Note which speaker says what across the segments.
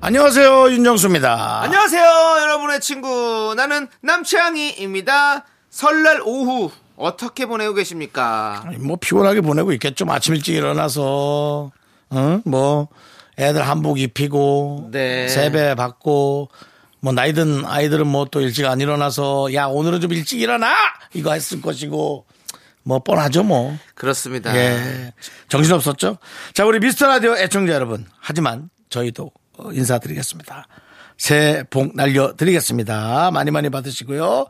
Speaker 1: 안녕하세요 윤정수입니다.
Speaker 2: 안녕하세요, 여러분의 친구. 나는 남창희입니다. 설날 오후 어떻게 보내고 계십니까?
Speaker 1: 뭐 피곤하게 보내고 있겠죠. 아침 일찍 일어나서 응? 뭐 애들 한복 입히고
Speaker 2: 네.
Speaker 1: 세배 받고 뭐 나이든 아이들은 뭐 또 일찍 안 일어나서 야 오늘은 좀 일찍 일어나 이거 했을 것이고 뭐 뻔하죠 뭐.
Speaker 2: 그렇습니다.
Speaker 1: 예. 정신 없었죠? 자, 우리 미스터 라디오 애청자 여러분. 하지만 저희도 어, 인사드리겠습니다. 새해 복 날려드리겠습니다. 많이 많이 받으시고요.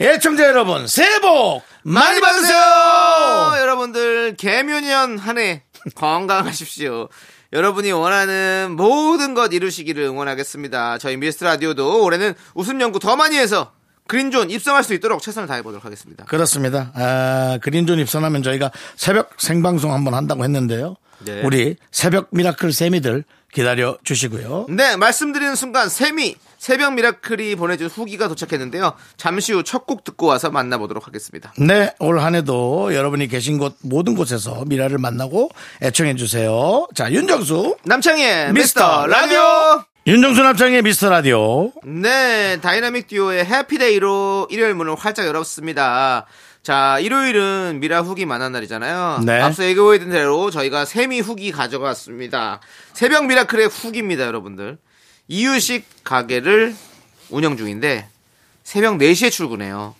Speaker 1: 애청자 여러분, 새해 복 많이
Speaker 2: 어,
Speaker 1: 받으세요!
Speaker 2: 여러분들 개묘년 한 해 건강하십시오. 여러분이 원하는 모든 것 이루시기를 응원하겠습니다. 저희 미스트 라디오도 올해는 웃음 연구 더 많이 해서 그린존 입성할 수 있도록 최선을 다해 보도록 하겠습니다.
Speaker 1: 그렇습니다. 아, 그린존 입선하면 저희가 새벽 생방송 한번 한다고 했는데요.
Speaker 2: 네.
Speaker 1: 우리 새벽 미라클 세미들 기다려 주시고요.
Speaker 2: 네, 말씀드리는 순간 세미 새벽 미라클이 보내준 후기가 도착했는데요. 잠시 후 첫 곡 듣고 와서 만나보도록 하겠습니다.
Speaker 1: 네, 올 한해도 여러분이 계신 곳 모든 곳에서 미라를 만나고 애청해 주세요. 자, 윤정수
Speaker 2: 남창희의
Speaker 1: 미스터
Speaker 2: 미스터 라디오
Speaker 1: 윤정수 남창의 미스터 라디오.
Speaker 2: 네 다이나믹 듀오의 해피데이로 일요일 문을 활짝 열었습니다 자 일요일은 미라 후기 만난 날이잖아요
Speaker 1: 네.
Speaker 2: 앞서 예고해드린 대로 저희가 세미 후기 가져갔습니다 새벽 미라클의 후기입니다 여러분들 이유식 가게를 운영 중인데 새벽 4시에 출근해요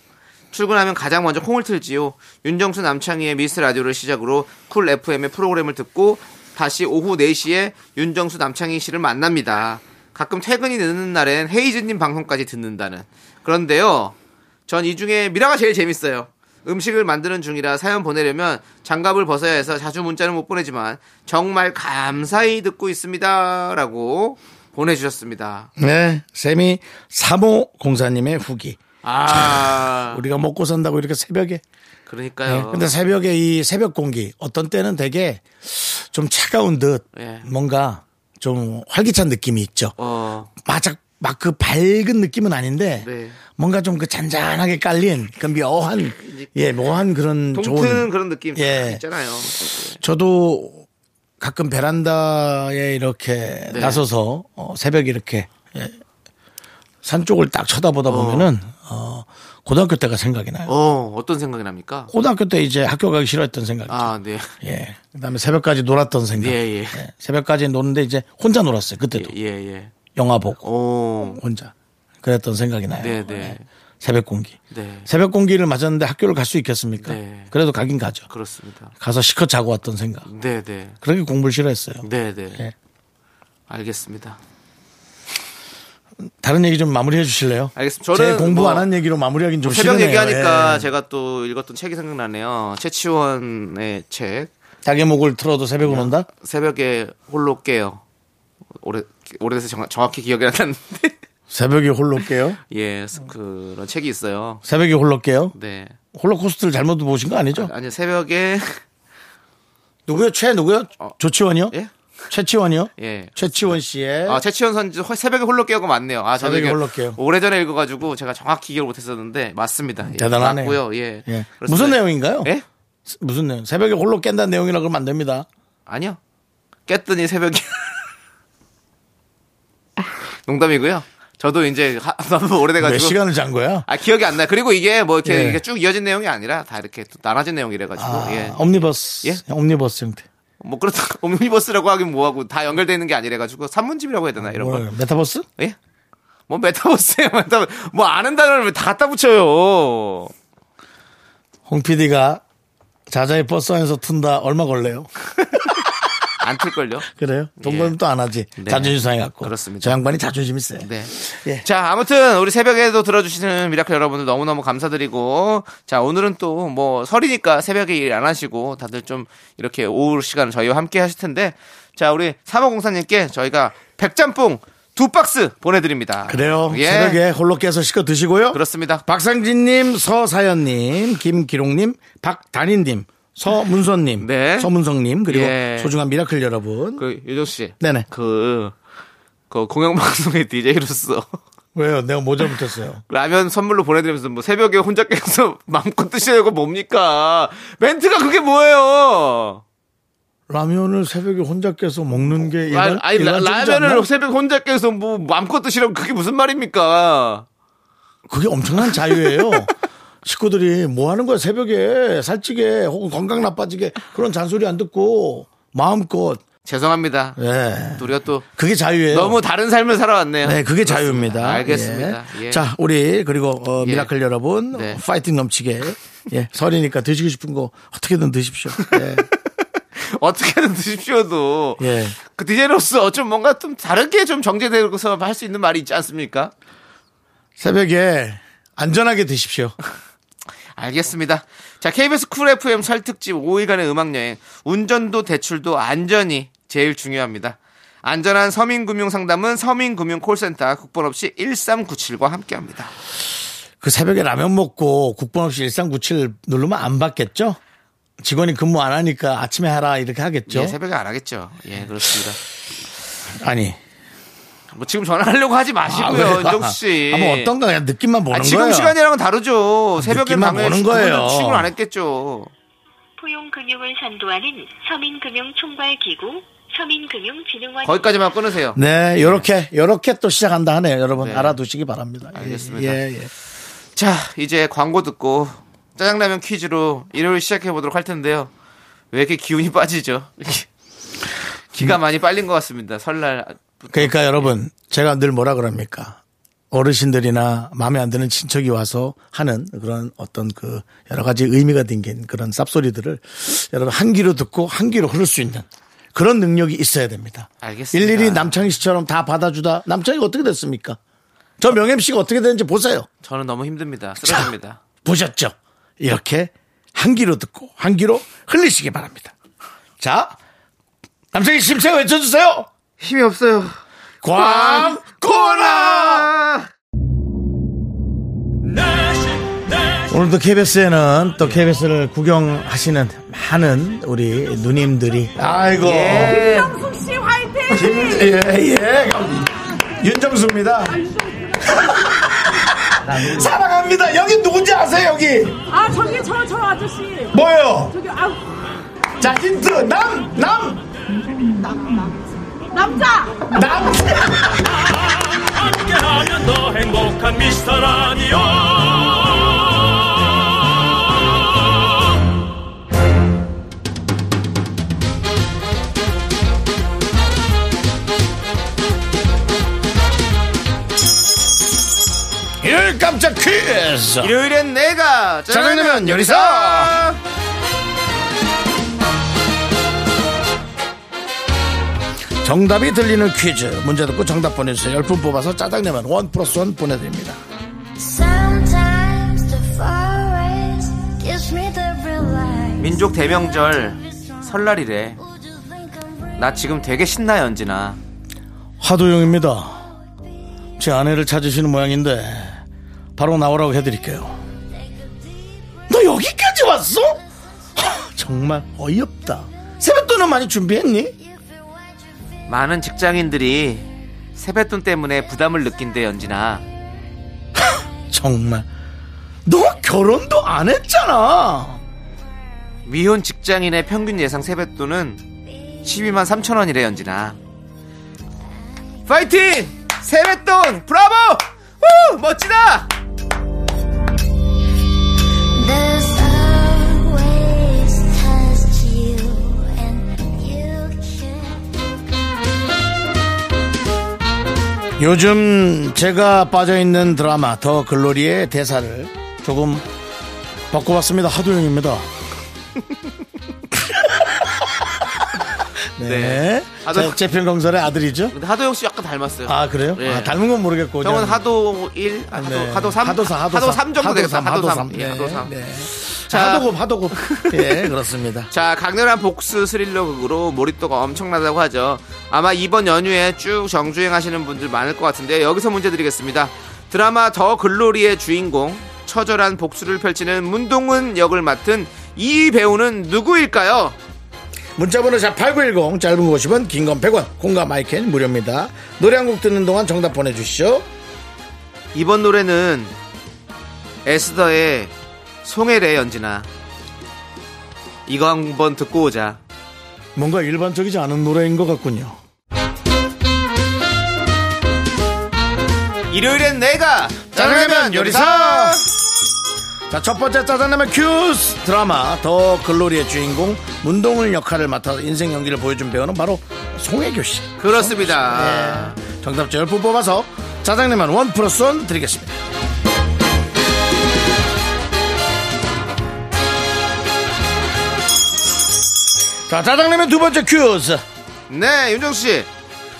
Speaker 2: 출근하면 가장 먼저 콩을 틀지요. 윤정수 남창희의 미스 라디오를 시작으로 쿨 FM의 프로그램을 듣고 다시 오후 4시에 윤정수 남창희 씨를 만납니다. 가끔 퇴근이 늦는 날엔 헤이즈님 방송까지 듣는다는. 그런데요, 전 이 중에 미라가 제일 재밌어요. 음식을 만드는 중이라 사연 보내려면 장갑을 벗어야 해서 자주 문자는 못 보내지만 정말 감사히 듣고 있습니다. 라고 보내주셨습니다.
Speaker 1: 네, 쌤이 3호 공사님의 후기.
Speaker 2: 아,
Speaker 1: 우리가 먹고 산다고 이렇게 새벽에.
Speaker 2: 그러니까요.
Speaker 1: 네, 근데 새벽에 이 새벽 공기 어떤 때는 되게 좀 차가운 듯
Speaker 2: 예.
Speaker 1: 뭔가 좀 활기찬 느낌이 있죠.
Speaker 2: 어,
Speaker 1: 바짝 막 그 밝은 느낌은 아닌데
Speaker 2: 네.
Speaker 1: 뭔가 좀 그 잔잔하게 깔린 그 묘한 예 묘한 그런
Speaker 2: 동트는
Speaker 1: 좋은
Speaker 2: 그런 느낌
Speaker 1: 예.
Speaker 2: 있잖아요.
Speaker 1: 저도 가끔 베란다에 이렇게
Speaker 2: 네.
Speaker 1: 나서서 어, 새벽에 이렇게 예, 산 쪽을 딱 쳐다보다 보면은 어, 고등학교 때가 생각이 나요.
Speaker 2: 어, 어떤 생각이 납니까?
Speaker 1: 고등학교 때 이제 학교 가기 싫어했던 생각.
Speaker 2: 아, 네.
Speaker 1: 예. 그다음에 새벽까지 놀았던 생각.
Speaker 2: 예, 예.
Speaker 1: 새벽까지 노는데 이제 혼자 놀았어요. 그때도
Speaker 2: 예, 예.
Speaker 1: 영화 보고
Speaker 2: 오,
Speaker 1: 혼자 그랬던 생각이 나요.
Speaker 2: 네, 네.
Speaker 1: 예. 새벽 공기.
Speaker 2: 네.
Speaker 1: 새벽 공기를 맞았는데 학교를 갈 수 있겠습니까?
Speaker 2: 네.
Speaker 1: 그래도 가긴 가죠.
Speaker 2: 그렇습니다.
Speaker 1: 가서 시컷 자고 왔던 생각.
Speaker 2: 네, 네.
Speaker 1: 그렇게 공부를 싫어했어요.
Speaker 2: 네, 네.
Speaker 1: 예.
Speaker 2: 알겠습니다.
Speaker 1: 다른 얘기 좀 마무리해 주실래요?
Speaker 2: 알겠습니다.
Speaker 1: 제
Speaker 2: 저는
Speaker 1: 공부
Speaker 2: 뭐
Speaker 1: 안 한 얘기로 마무리하긴 좀
Speaker 2: 새벽
Speaker 1: 싫네요.
Speaker 2: 얘기하니까
Speaker 1: 예.
Speaker 2: 제가 또 읽었던 책이 생각나네요. 최치원의 책.
Speaker 1: 자기 목을 틀어도 새벽은 온다.
Speaker 2: 새벽에 홀로 깨요. 오래, 오래돼서 정, 정확히 기억이 안 나는데.
Speaker 1: 새벽에 홀로 깨요.
Speaker 2: 예, 그런 책이 있어요.
Speaker 1: 새벽에 홀로 깨요.
Speaker 2: 네.
Speaker 1: 홀로코스트를 잘못 보신 거 아니죠?
Speaker 2: 아니, 새벽에.
Speaker 1: 누구요? 최 누구요?
Speaker 2: 어.
Speaker 1: 조치원이요?
Speaker 2: 예?
Speaker 1: 최치원이요?
Speaker 2: 예.
Speaker 1: 최치원 씨의
Speaker 2: 아, 최치현 선지 헐- 새벽에 홀로 깨고 맞네요. 아, 저는
Speaker 1: 네? 새벽에
Speaker 2: 이게
Speaker 1: 홀로 깨요.
Speaker 2: 오래전에 읽어가지고 제가 정확히 기억을 못했었는데 맞습니다. 예,
Speaker 1: 대단하네요.
Speaker 2: 맞고요. 예.
Speaker 1: 예.
Speaker 2: 그렇습니다.
Speaker 1: 무슨 내용인가요?
Speaker 2: 예?
Speaker 1: 스- 무슨 내용? 새벽에 홀로 깬다는 내용이라 그러면 안 됩니다.
Speaker 2: 아니요. 깼더니 새벽에 농담이고요. 저도 이제 하- 너무
Speaker 1: 몇
Speaker 2: 오래돼가지고
Speaker 1: 시간을 잔 거야?
Speaker 2: 아 기억이 안 나요. 그리고 이게 뭐 이렇게,
Speaker 1: 예.
Speaker 2: 이렇게 쭉 이어진 내용이 아니라 다 이렇게 또 나눠진 내용이래가지고
Speaker 1: 아,
Speaker 2: 예.
Speaker 1: 옴니버스.
Speaker 2: 예?
Speaker 1: 옴니버스 형태.
Speaker 2: 뭐 그렇다 옴니버스라고 하긴 뭐하고 다 연결돼 있는 게 아니래가지고 산문집이라고 해야 되나 이런 거.
Speaker 1: 뭘, 메타버스?
Speaker 2: 예? 뭐 메타버스예요. 메타버스. 뭐 아는 단어를 왜다 갖다 붙여요.
Speaker 1: 홍 PD가 자자의 버스 안에서 튼다 얼마 걸려요?
Speaker 2: 안 틀걸요?
Speaker 1: 그래요? 돈 걸면 또 안 하지.
Speaker 2: 예. 네.
Speaker 1: 자존심 상해 갖고.
Speaker 2: 그렇습니다.
Speaker 1: 저 양반이 자존심 있어요.
Speaker 2: 네.
Speaker 1: 예.
Speaker 2: 자, 아무튼 우리 새벽에도 들어주시는 미라클 여러분들 너무너무 감사드리고 자, 오늘은 또 뭐 설이니까 새벽에 일 안 하시고 다들 좀 이렇게 오후 시간 저희와 함께 하실 텐데 자, 우리 3504님께 저희가 백짬뽕 두 박스 보내드립니다.
Speaker 1: 그래요.
Speaker 2: 예.
Speaker 1: 새벽에 홀로 깨서 시켜 드시고요.
Speaker 2: 그렇습니다.
Speaker 1: 박상진님, 서사연님, 김기록님, 박단인님, 서문선님,
Speaker 2: 네.
Speaker 1: 서문성님 그리고
Speaker 2: 예.
Speaker 1: 소중한 미라클 여러분.
Speaker 2: 그, 유정 씨.
Speaker 1: 네네.
Speaker 2: 그, 그 공영방송의 DJ로서
Speaker 1: 왜요? 내가 뭐 모자 붙였어요.
Speaker 2: 라면 선물로 보내드리면서 뭐 새벽에 혼자 깨서 마음껏 드시려고 뭡니까? 멘트가 그게 뭐예요?
Speaker 1: 라면을 새벽에 혼자 깨서 먹는 게
Speaker 2: 라-
Speaker 1: 일반,
Speaker 2: 어, 아니, 라,
Speaker 1: 일반적이지
Speaker 2: 라면을
Speaker 1: 않나?
Speaker 2: 새벽 혼자 깨서 뭐 마음껏 드시라고 그게 무슨 말입니까?
Speaker 1: 그게 엄청난 자유예요. 식구들이 뭐 하는 거야 새벽에 살찌게 혹은 건강 나빠지게 그런 잔소리 안 듣고 마음껏
Speaker 2: 죄송합니다.
Speaker 1: 예
Speaker 2: 또 우리가 또
Speaker 1: 그게 자유예요.
Speaker 2: 너무 다른 삶을 살아왔네요.
Speaker 1: 네, 그게 자유입니다.
Speaker 2: 알겠습니다.
Speaker 1: 예.
Speaker 2: 예.
Speaker 1: 자, 우리 그리고 어,
Speaker 2: 예.
Speaker 1: 미라클 여러분
Speaker 2: 네.
Speaker 1: 어, 파이팅 넘치게 예, 설이니까 드시고 싶은 거 어떻게든 드십시오. 예.
Speaker 2: 어떻게든 드십시오도
Speaker 1: 예.
Speaker 2: 그 디제로서 좀 뭔가 좀 다르게 좀 정제되고서 할 수 있는 말이 있지 않습니까?
Speaker 1: 새벽에 안전하게 드십시오.
Speaker 2: 알겠습니다. 자, KBS 쿨 FM 설 특집 5일간의 음악 여행. 운전도 대출도 안전이 제일 중요합니다. 안전한 서민금융 상담은 서민금융 콜센터 국번 없이 1397과 함께합니다.
Speaker 1: 그 새벽에 라면 먹고 국번 없이 1397 누르면 안 받겠죠? 직원이 근무 안 하니까 아침에 하라 이렇게 하겠죠?
Speaker 2: 예, 새벽에 안 하겠죠. 예, 그렇습니다.
Speaker 1: 아니.
Speaker 2: 뭐 지금 전화하려고 하지 마시고요,
Speaker 1: 왜요?
Speaker 2: 윤정수 씨.
Speaker 1: 아, 뭐 어떤가 그냥 느낌만 보는
Speaker 2: 아, 지금
Speaker 1: 거예요.
Speaker 2: 시간이랑은 다르죠. 새벽에
Speaker 1: 느낌만
Speaker 2: 방에
Speaker 1: 보는 거예요.
Speaker 2: 그분들 출근 안 했겠죠.
Speaker 3: 포용금융을 선도하는 서민금융총괄기구 서민금융진흥원
Speaker 2: 거기까지만 끊으세요.
Speaker 1: 네, 요렇게 요렇게 또 시작한다 하네요. 여러분
Speaker 2: 네.
Speaker 1: 알아두시기 바랍니다. 예,
Speaker 2: 알겠습니다.
Speaker 1: 예, 예.
Speaker 2: 자, 이제 광고 듣고 짜장라면 퀴즈로 일요일 시작해 보도록 할 텐데요. 왜 이렇게 기운이 빠지죠? 기가 많이 빨린 것 같습니다. 설날
Speaker 1: 그러니까 여러분 제가 늘 뭐라 그럽니까 어르신들이나 마음에 안 드는 친척이 와서 하는 그런 어떤 그 여러 가지 의미가 담긴 그런 쌉소리들을 여러분 한 귀로 듣고 한 귀로 흐를 수 있는 그런 능력이 있어야 됩니다.
Speaker 2: 알겠습니다.
Speaker 1: 일일이 남창희 씨처럼 다 받아주다 남창희가 어떻게 됐습니까? 저 명엠 씨가 어떻게 되는지 보세요.
Speaker 2: 저는 너무 힘듭니다. 쓰러집니다.
Speaker 1: 보셨죠? 이렇게 한 귀로 듣고 한 귀로 흘리시기 바랍니다. 자, 남창희 씨 힘차게 외쳐주세요.
Speaker 2: 힘이 없어요.
Speaker 1: 광고라.
Speaker 4: 내식 내식
Speaker 1: 오늘도 KBS에는 또 KBS를 구경하시는 많은 우리 누님들이 예. 아이고
Speaker 2: 어,
Speaker 5: 윤정숙 씨 화이팅!
Speaker 1: 예예 윤정수입니다 아, 사랑합니다 여기 누군지 아세요 여기
Speaker 5: 아 저기 저 저 아저씨
Speaker 1: 뭐예요
Speaker 5: 저기 아
Speaker 1: 자 힌트 남남
Speaker 5: 남자
Speaker 1: 남.
Speaker 4: 함께하면 더 행복한 미스터 라디오
Speaker 1: 일요일 깜짝 퀴즈
Speaker 2: 일요일엔 내가
Speaker 1: 짜장라면 요리사. 정답이 들리는 퀴즈 문제 듣고 정답 보내주세요 10분 뽑아서 짜장라면 원 플러스 원 보내드립니다
Speaker 6: Sometimes the forest gives me the real
Speaker 2: 민족 대명절 설날이래. 나 지금 되게 신나 연지나.
Speaker 1: 하도영입니다. 제 아내를 찾으시는 모양인데 바로 나오라고 해드릴게요. 너 여기까지 왔어? 하, 정말 어이없다. 세뱃돈은 많이 준비했니?
Speaker 2: 많은 직장인들이 세뱃돈 때문에 부담을 느낀대 연진아.
Speaker 1: 정말 너 결혼도 안 했잖아.
Speaker 2: 미혼 직장인의 평균 예상 세뱃돈은 12만 3천 원이래 연진아 파이팅! 세뱃돈 브라보! 우! 멋지다!
Speaker 6: There's always just you and you can
Speaker 1: 요즘 제가 빠져있는 드라마 더 글로리의 대사를 조금 바꿔봤습니다. 하도영입니다. 네.
Speaker 2: 네. 하도-
Speaker 1: 제- 재평강설의 아들이죠.
Speaker 2: 근데 하도영 씨 약간 닮았어요.
Speaker 1: 아 그래요?
Speaker 2: 예.
Speaker 1: 아, 닮은 건 모르겠고
Speaker 2: 형은
Speaker 1: 그냥-
Speaker 2: 하도 1,
Speaker 1: 아,
Speaker 2: 하도,
Speaker 1: 네.
Speaker 2: 하도 3, 하도,
Speaker 1: 사,
Speaker 2: 3 정도 되겠다.
Speaker 1: 삼,
Speaker 2: 하도 3.
Speaker 1: 삼.
Speaker 2: 예, 하도 3.
Speaker 1: 네.
Speaker 2: 자.
Speaker 1: 하도급, 하도급. 예, 그렇습니다.
Speaker 2: 자, 강렬한 복수 스릴러 극으로 몰입도가 엄청나다고 하죠. 아마 이번 연휴에 쭉 정주행 하시는 분들 많을 것 같은데 여기서 문제 드리겠습니다. 드라마 더 글로리의 주인공 처절한 복수를 펼치는 문동은 역을 맡은 이 배우는 누구일까요?
Speaker 1: 문자번호 샵8910, 짧은 50원, 긴 건 100원, 공과 마이크는 무료입니다. 노래 한 곡 듣는 동안 정답 보내주시죠.
Speaker 2: 이번 노래는 에스더의 송혜래 연진아 이거 한번 듣고 오자.
Speaker 1: 뭔가 일반적이지 않은 노래인 것 같군요.
Speaker 2: 일요일엔 내가
Speaker 1: 짜장라면 요리사! 자, 첫 번째 짜장라면 큐스 드라마 더 글로리의 주인공 문동을 역할을 맡아서 인생 연기를 보여준 배우는 바로 송혜교 씨.
Speaker 2: 그렇습니다.
Speaker 1: 네. 정답자 10분 뽑아서 짜장라면 원 플러스 원 드리겠습니다. 자, 짜장라면 두 번째 큐즈.
Speaker 2: 네, 윤정수 씨.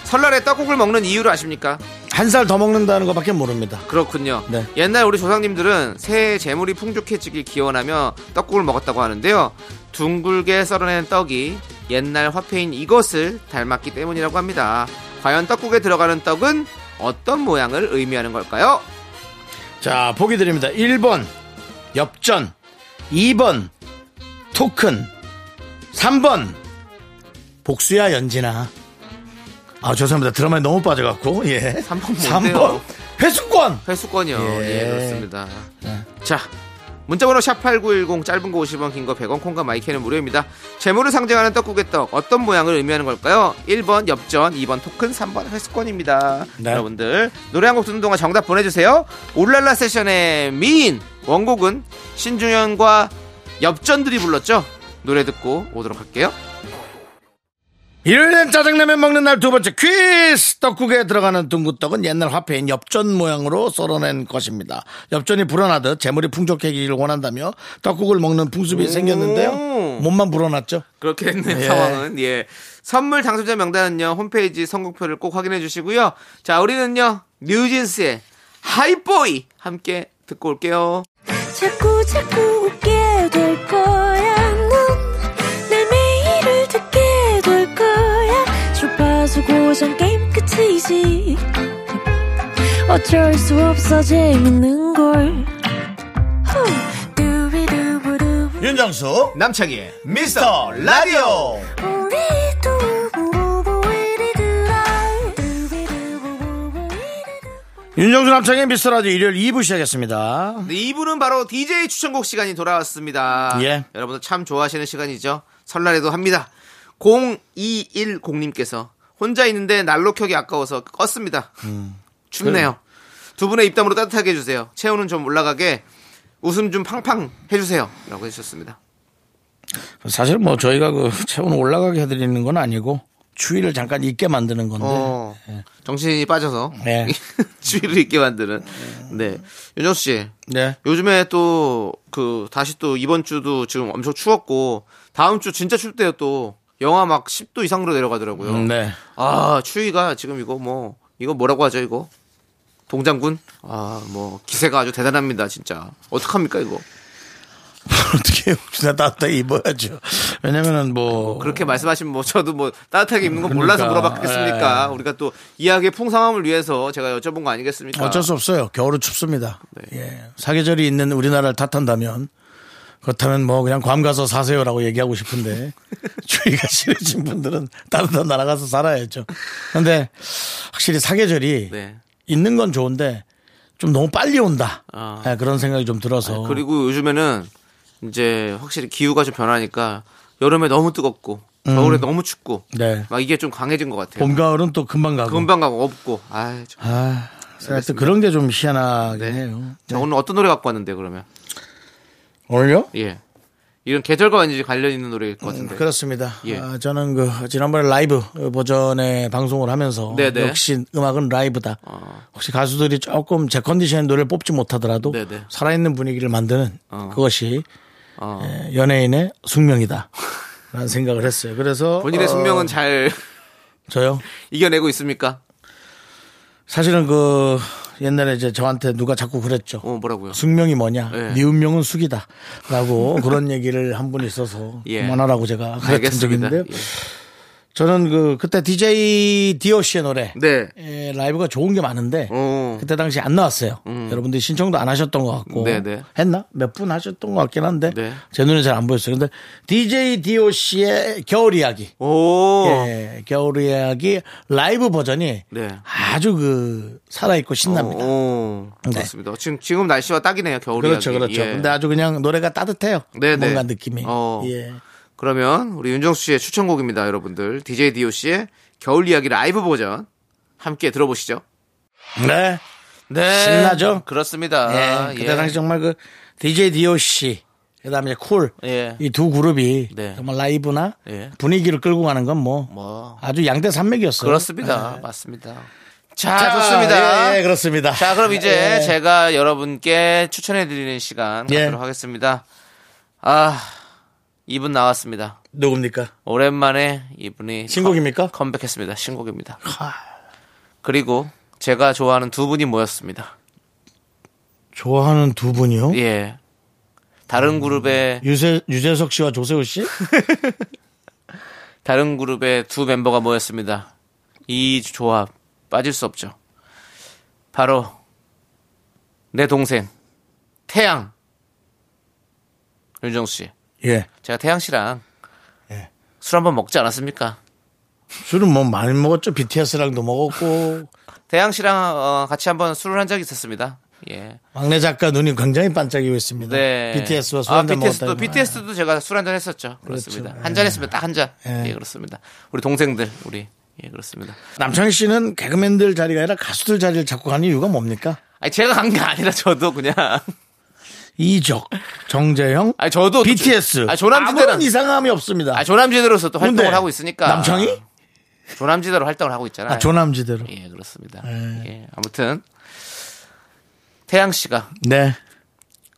Speaker 2: 설날에 떡국을 먹는 이유를 아십니까?
Speaker 1: 한 살 더 먹는다는 것밖에 모릅니다.
Speaker 2: 그렇군요.
Speaker 1: 네.
Speaker 2: 옛날 우리 조상님들은 새해 재물이 풍족해지길 기원하며 떡국을 먹었다고 하는데요. 둥글게 썰어낸 떡이 옛날 화폐인 이것을 닮았기 때문이라고 합니다. 과연 떡국에 들어가는 떡은 어떤 모양을 의미하는 걸까요?
Speaker 1: 자, 보기 드립니다. 1번, 엽전. 2번, 토큰. 3번, 복수야, 연진아. 아, 죄송합니다. 드라마에 너무 빠져갖고, 예.
Speaker 2: 삼번 뭔데요?
Speaker 1: 3번, 회수권!
Speaker 2: 회수권이요.
Speaker 1: 예.
Speaker 2: 예, 그렇습니다. 자, 문자번호 샵8910 짧은 거 50원, 긴 거 100원, 콩과 마이크는 무료입니다. 재물을 상징하는 떡국의 떡 어떤 모양을 의미하는 걸까요? 1번 엽전, 2번 토큰, 3번 회수권입니다.
Speaker 1: 네.
Speaker 2: 여러분들 노래 한 곡 듣는 동안 정답 보내주세요. 울랄라 세션의 미인 원곡은 신중현과 엽전들이 불렀죠. 노래 듣고 오도록 할게요.
Speaker 1: 일요일엔 짜장라면 먹는 날 두 번째 퀴즈! 떡국에 들어가는 둥구떡은 옛날 화폐인 엽전 모양으로 썰어낸 것입니다. 엽전이 불어나듯 재물이 풍족해지기를 원한다며 떡국을 먹는 풍습이 생겼는데요. 몸만 불어났죠.
Speaker 2: 그렇게 했네요 상황은 예 선물 당첨자 명단은요 홈페이지 선곡표를 꼭 확인해 주시고요 자 우리는요 뉴진스의 하이보이 함께 듣고 올게요
Speaker 7: 자꾸 자꾸 웃게 될 거야. 넌내 매일을 듣게 될 거야. 주파수 고정 게임 끝이지. 어쩔 수 없어 재밌는 걸. 후. 두비두부두.
Speaker 1: 윤정수,
Speaker 2: 남창희의
Speaker 1: 미스터 라디오!
Speaker 7: 우리 두부부부 우리 두라. 두비두부부부 우리 두라.
Speaker 1: 윤정수 남창의 미스터 라디오 일요일 2부 시작했습니다.
Speaker 2: 네, 이분은 바로 DJ 추천곡 시간이 돌아왔습니다
Speaker 1: 예.
Speaker 2: 여러분들 참 좋아하시는 시간이죠 설날에도 합니다 0210님께서 혼자 있는데 난로 켜기 아까워서 껐습니다 춥네요 두 분의 입담으로 따뜻하게 해주세요 체온은 좀 올라가게 웃음 좀 팡팡 해주세요 라고 해주셨습니다
Speaker 1: 사실 뭐 저희가 그 체온 올라가게 해드리는 건 아니고 추위를 잠깐 잊게 만드는 건데.
Speaker 2: 어,
Speaker 1: 네.
Speaker 2: 정신이 빠져서
Speaker 1: 예.
Speaker 2: 주의를 있게 만드는. 네, 윤정수 씨.
Speaker 1: 네.
Speaker 2: 요즘에 또 그 다시 또 이번 주도 지금 엄청 추웠고 다음 주 진짜 춥 때요 또 영하 막 10도 이상으로 내려가더라고요.
Speaker 1: 음, 네.
Speaker 2: 아 추위가 지금 이거 뭐 이거 뭐라고 하죠 이거 동장군 아 뭐 기세가 아주 대단합니다 진짜 어떡합니까 이거
Speaker 1: 어떻게 혹시나 따뜻하게 입어야죠. 왜냐면은 뭐.
Speaker 2: 그렇게 말씀하시면 뭐 저도 뭐 따뜻하게 입는 건 몰라서
Speaker 1: 그러니까.
Speaker 2: 물어봤겠습니까 우리가 또 이야기의 풍성함을 위해서 제가 여쭤본 거 아니겠습니까 네.
Speaker 1: 어쩔 수 없어요. 겨울은 춥습니다. 예. 사계절이 있는 우리나라를 탓한다면 그렇다면 뭐 그냥 괌 가서 사세요라고 얘기하고 싶은데 추위가 싫으신 분들은 따뜻한 나라 가서 살아야죠. 근데 확실히 사계절이
Speaker 2: 네.
Speaker 1: 있는 건 좋은데 좀 너무 빨리 온다.
Speaker 2: 아.
Speaker 1: 예, 그런 생각이 좀 들어서
Speaker 2: 네, 그리고 요즘에는 이제 확실히 기후가 좀 변하니까 여름에 너무 뜨겁고 겨울에 너무 춥고
Speaker 1: 네.
Speaker 2: 막 이게 좀 강해진 것
Speaker 1: 음.
Speaker 2: 같아요.
Speaker 1: 봄 가을은 또 금방 가고
Speaker 2: 금방 가고 없고 아, 참.
Speaker 1: 아, 하여튼 그런 게 좀 희한하긴
Speaker 2: 네.
Speaker 1: 해요.
Speaker 2: 자 오늘 어떤 노래 갖고 왔는데 그러면
Speaker 1: 오늘요?
Speaker 2: 예 이런 계절과 완전히 관련 있는 노래일 것 같은데
Speaker 1: 음, 그렇습니다.
Speaker 2: 예.
Speaker 1: 아, 저는 그 지난번에 라이브 버전의 방송을 하면서
Speaker 2: 네네. 어.
Speaker 1: 역시 음악은 라이브다. 혹시 가수들이 조금 제 컨디션의 노래를 뽑지 못하더라도
Speaker 2: 네네.
Speaker 1: 살아있는 분위기를 만드는
Speaker 2: 어.
Speaker 1: 그것이
Speaker 2: 어.
Speaker 1: 예, 연예인의 숙명이다. 라는 생각을 했어요. 그래서
Speaker 2: 본인의
Speaker 1: 어,
Speaker 2: 숙명은 잘
Speaker 1: 저요.
Speaker 2: 이겨내고 있습니까?
Speaker 1: 사실은 그 옛날에 이제 저한테 누가 자꾸 그랬죠.
Speaker 2: 어, 뭐라고요?
Speaker 1: 숙명이 뭐냐?
Speaker 2: 예.
Speaker 1: 네 운명은 숙이다. 라고 그런 얘기를 한 분 있어서
Speaker 2: 예.
Speaker 1: 그만하라고 제가 가르친 적이
Speaker 2: 알겠습니다. 예.
Speaker 1: 있는데요. 저는 그 그때 DJ 디오 씨의 노래
Speaker 2: 네.
Speaker 1: 예, 라이브가 좋은 게 많은데
Speaker 2: 어. 음.
Speaker 1: 그때 당시 안 나왔어요. 여러분들이 신청도 안 하셨던 것 같고
Speaker 2: 네, 네.
Speaker 1: 했나 몇 분 하셨던 것 같긴 한데
Speaker 2: 네.
Speaker 1: 제 눈에 잘 안 보였어요. 근데 DJ 디오 씨의 겨울 이야기
Speaker 2: 오.
Speaker 1: 예, 겨울 이야기 라이브 버전이
Speaker 2: 어. 네. 어,
Speaker 1: 아주 그 살아있고 신납니다.
Speaker 2: 오.
Speaker 1: 네.
Speaker 2: 그렇습니다. 지금 지금 날씨와 딱이네요. 예. 겨울이.
Speaker 1: 그렇죠, 그렇죠. 근데 아주 그냥 노래가 따뜻해요.
Speaker 2: 네, 네.
Speaker 1: 뭔가 느낌이.
Speaker 2: 어.
Speaker 1: 예.
Speaker 2: 그러면 우리 윤정수 씨의 추천곡입니다, 여러분들. DJ DOC의 겨울 이야기 라이브 버전 함께 들어보시죠.
Speaker 1: 네.
Speaker 2: 네.
Speaker 1: 신나죠?
Speaker 2: 그렇습니다.
Speaker 1: 예. 그때 당시 정말 그 DJ DOC 그다음에 쿨.
Speaker 2: 예.
Speaker 1: 이 두 그룹이
Speaker 2: 네.
Speaker 1: 정말 라이브나
Speaker 2: 예.
Speaker 1: 분위기를 끌고 가는 건 뭐
Speaker 2: 뭐.
Speaker 1: 아주 양대 산맥이었어요.
Speaker 2: 그렇습니다. 맞습니다. 자,
Speaker 1: 자,
Speaker 2: 좋습니다.
Speaker 1: 예, 예, 그렇습니다.
Speaker 2: 자, 그럼 이제
Speaker 1: 예.
Speaker 2: 제가 여러분께 추천해드리는 시간
Speaker 1: 예.
Speaker 2: 갖도록 하겠습니다. 아, 이분 나왔습니다.
Speaker 1: 누굽니까?
Speaker 2: 오랜만에 이분이
Speaker 1: 신곡입니까?
Speaker 2: 컴- 컴백했습니다. 신곡입니다. 그리고 제가 좋아하는 두 분이 모였습니다.
Speaker 1: 좋아하는 두 분이요.
Speaker 2: 예. 다른
Speaker 1: 음.
Speaker 2: 그룹의
Speaker 1: 유재 유재석 씨와 조세호 씨?
Speaker 2: 다른 그룹의 두 멤버가 모였습니다. 이 조합 빠질 수 없죠. 바로 내 동생 태양 윤정수 씨.
Speaker 1: 예.
Speaker 2: 제가 태양 씨랑
Speaker 1: 예.
Speaker 2: 술 한번 먹지 않았습니까?
Speaker 1: 술은 뭐 많이 먹었죠. BTS랑도 먹었고
Speaker 2: 태양 씨랑 어, 같이 한번 술을 한 적이 있었습니다. 예.
Speaker 1: 막내 작가 눈이 굉장히 반짝이고 있습니다.
Speaker 2: 네.
Speaker 1: BTS와 술
Speaker 2: 아,
Speaker 1: 한잔 먹었다.
Speaker 2: BTS도 BTS도 제가 술 한잔 했었죠. 그렇습니다.
Speaker 1: 그렇죠.
Speaker 2: 한 잔 했으면 딱 한 잔.
Speaker 1: 예.
Speaker 2: 예, 그렇습니다. 우리 동생들 우리 예, 그렇습니다.
Speaker 1: 남창희 씨는 개그맨들 자리가 아니라 가수들 자리를 잡고 가는 이유가 뭡니까?
Speaker 2: 아니 제가 간 게 아니라 저도 그냥
Speaker 1: 이적, 정재영,
Speaker 2: 아니 저도
Speaker 1: BTS.
Speaker 2: 아 조남지대랑
Speaker 1: 아무런 이상함이 없습니다.
Speaker 2: 아 조남지대로서 또
Speaker 1: 근데
Speaker 2: 활동을 하고 있으니까
Speaker 1: 남창희?
Speaker 2: 조남지대로 활동을 하고 있잖아요.
Speaker 1: 아, 조남지대로. 네.
Speaker 2: 예 그렇습니다. 예 아무튼 태양 씨가
Speaker 1: 네.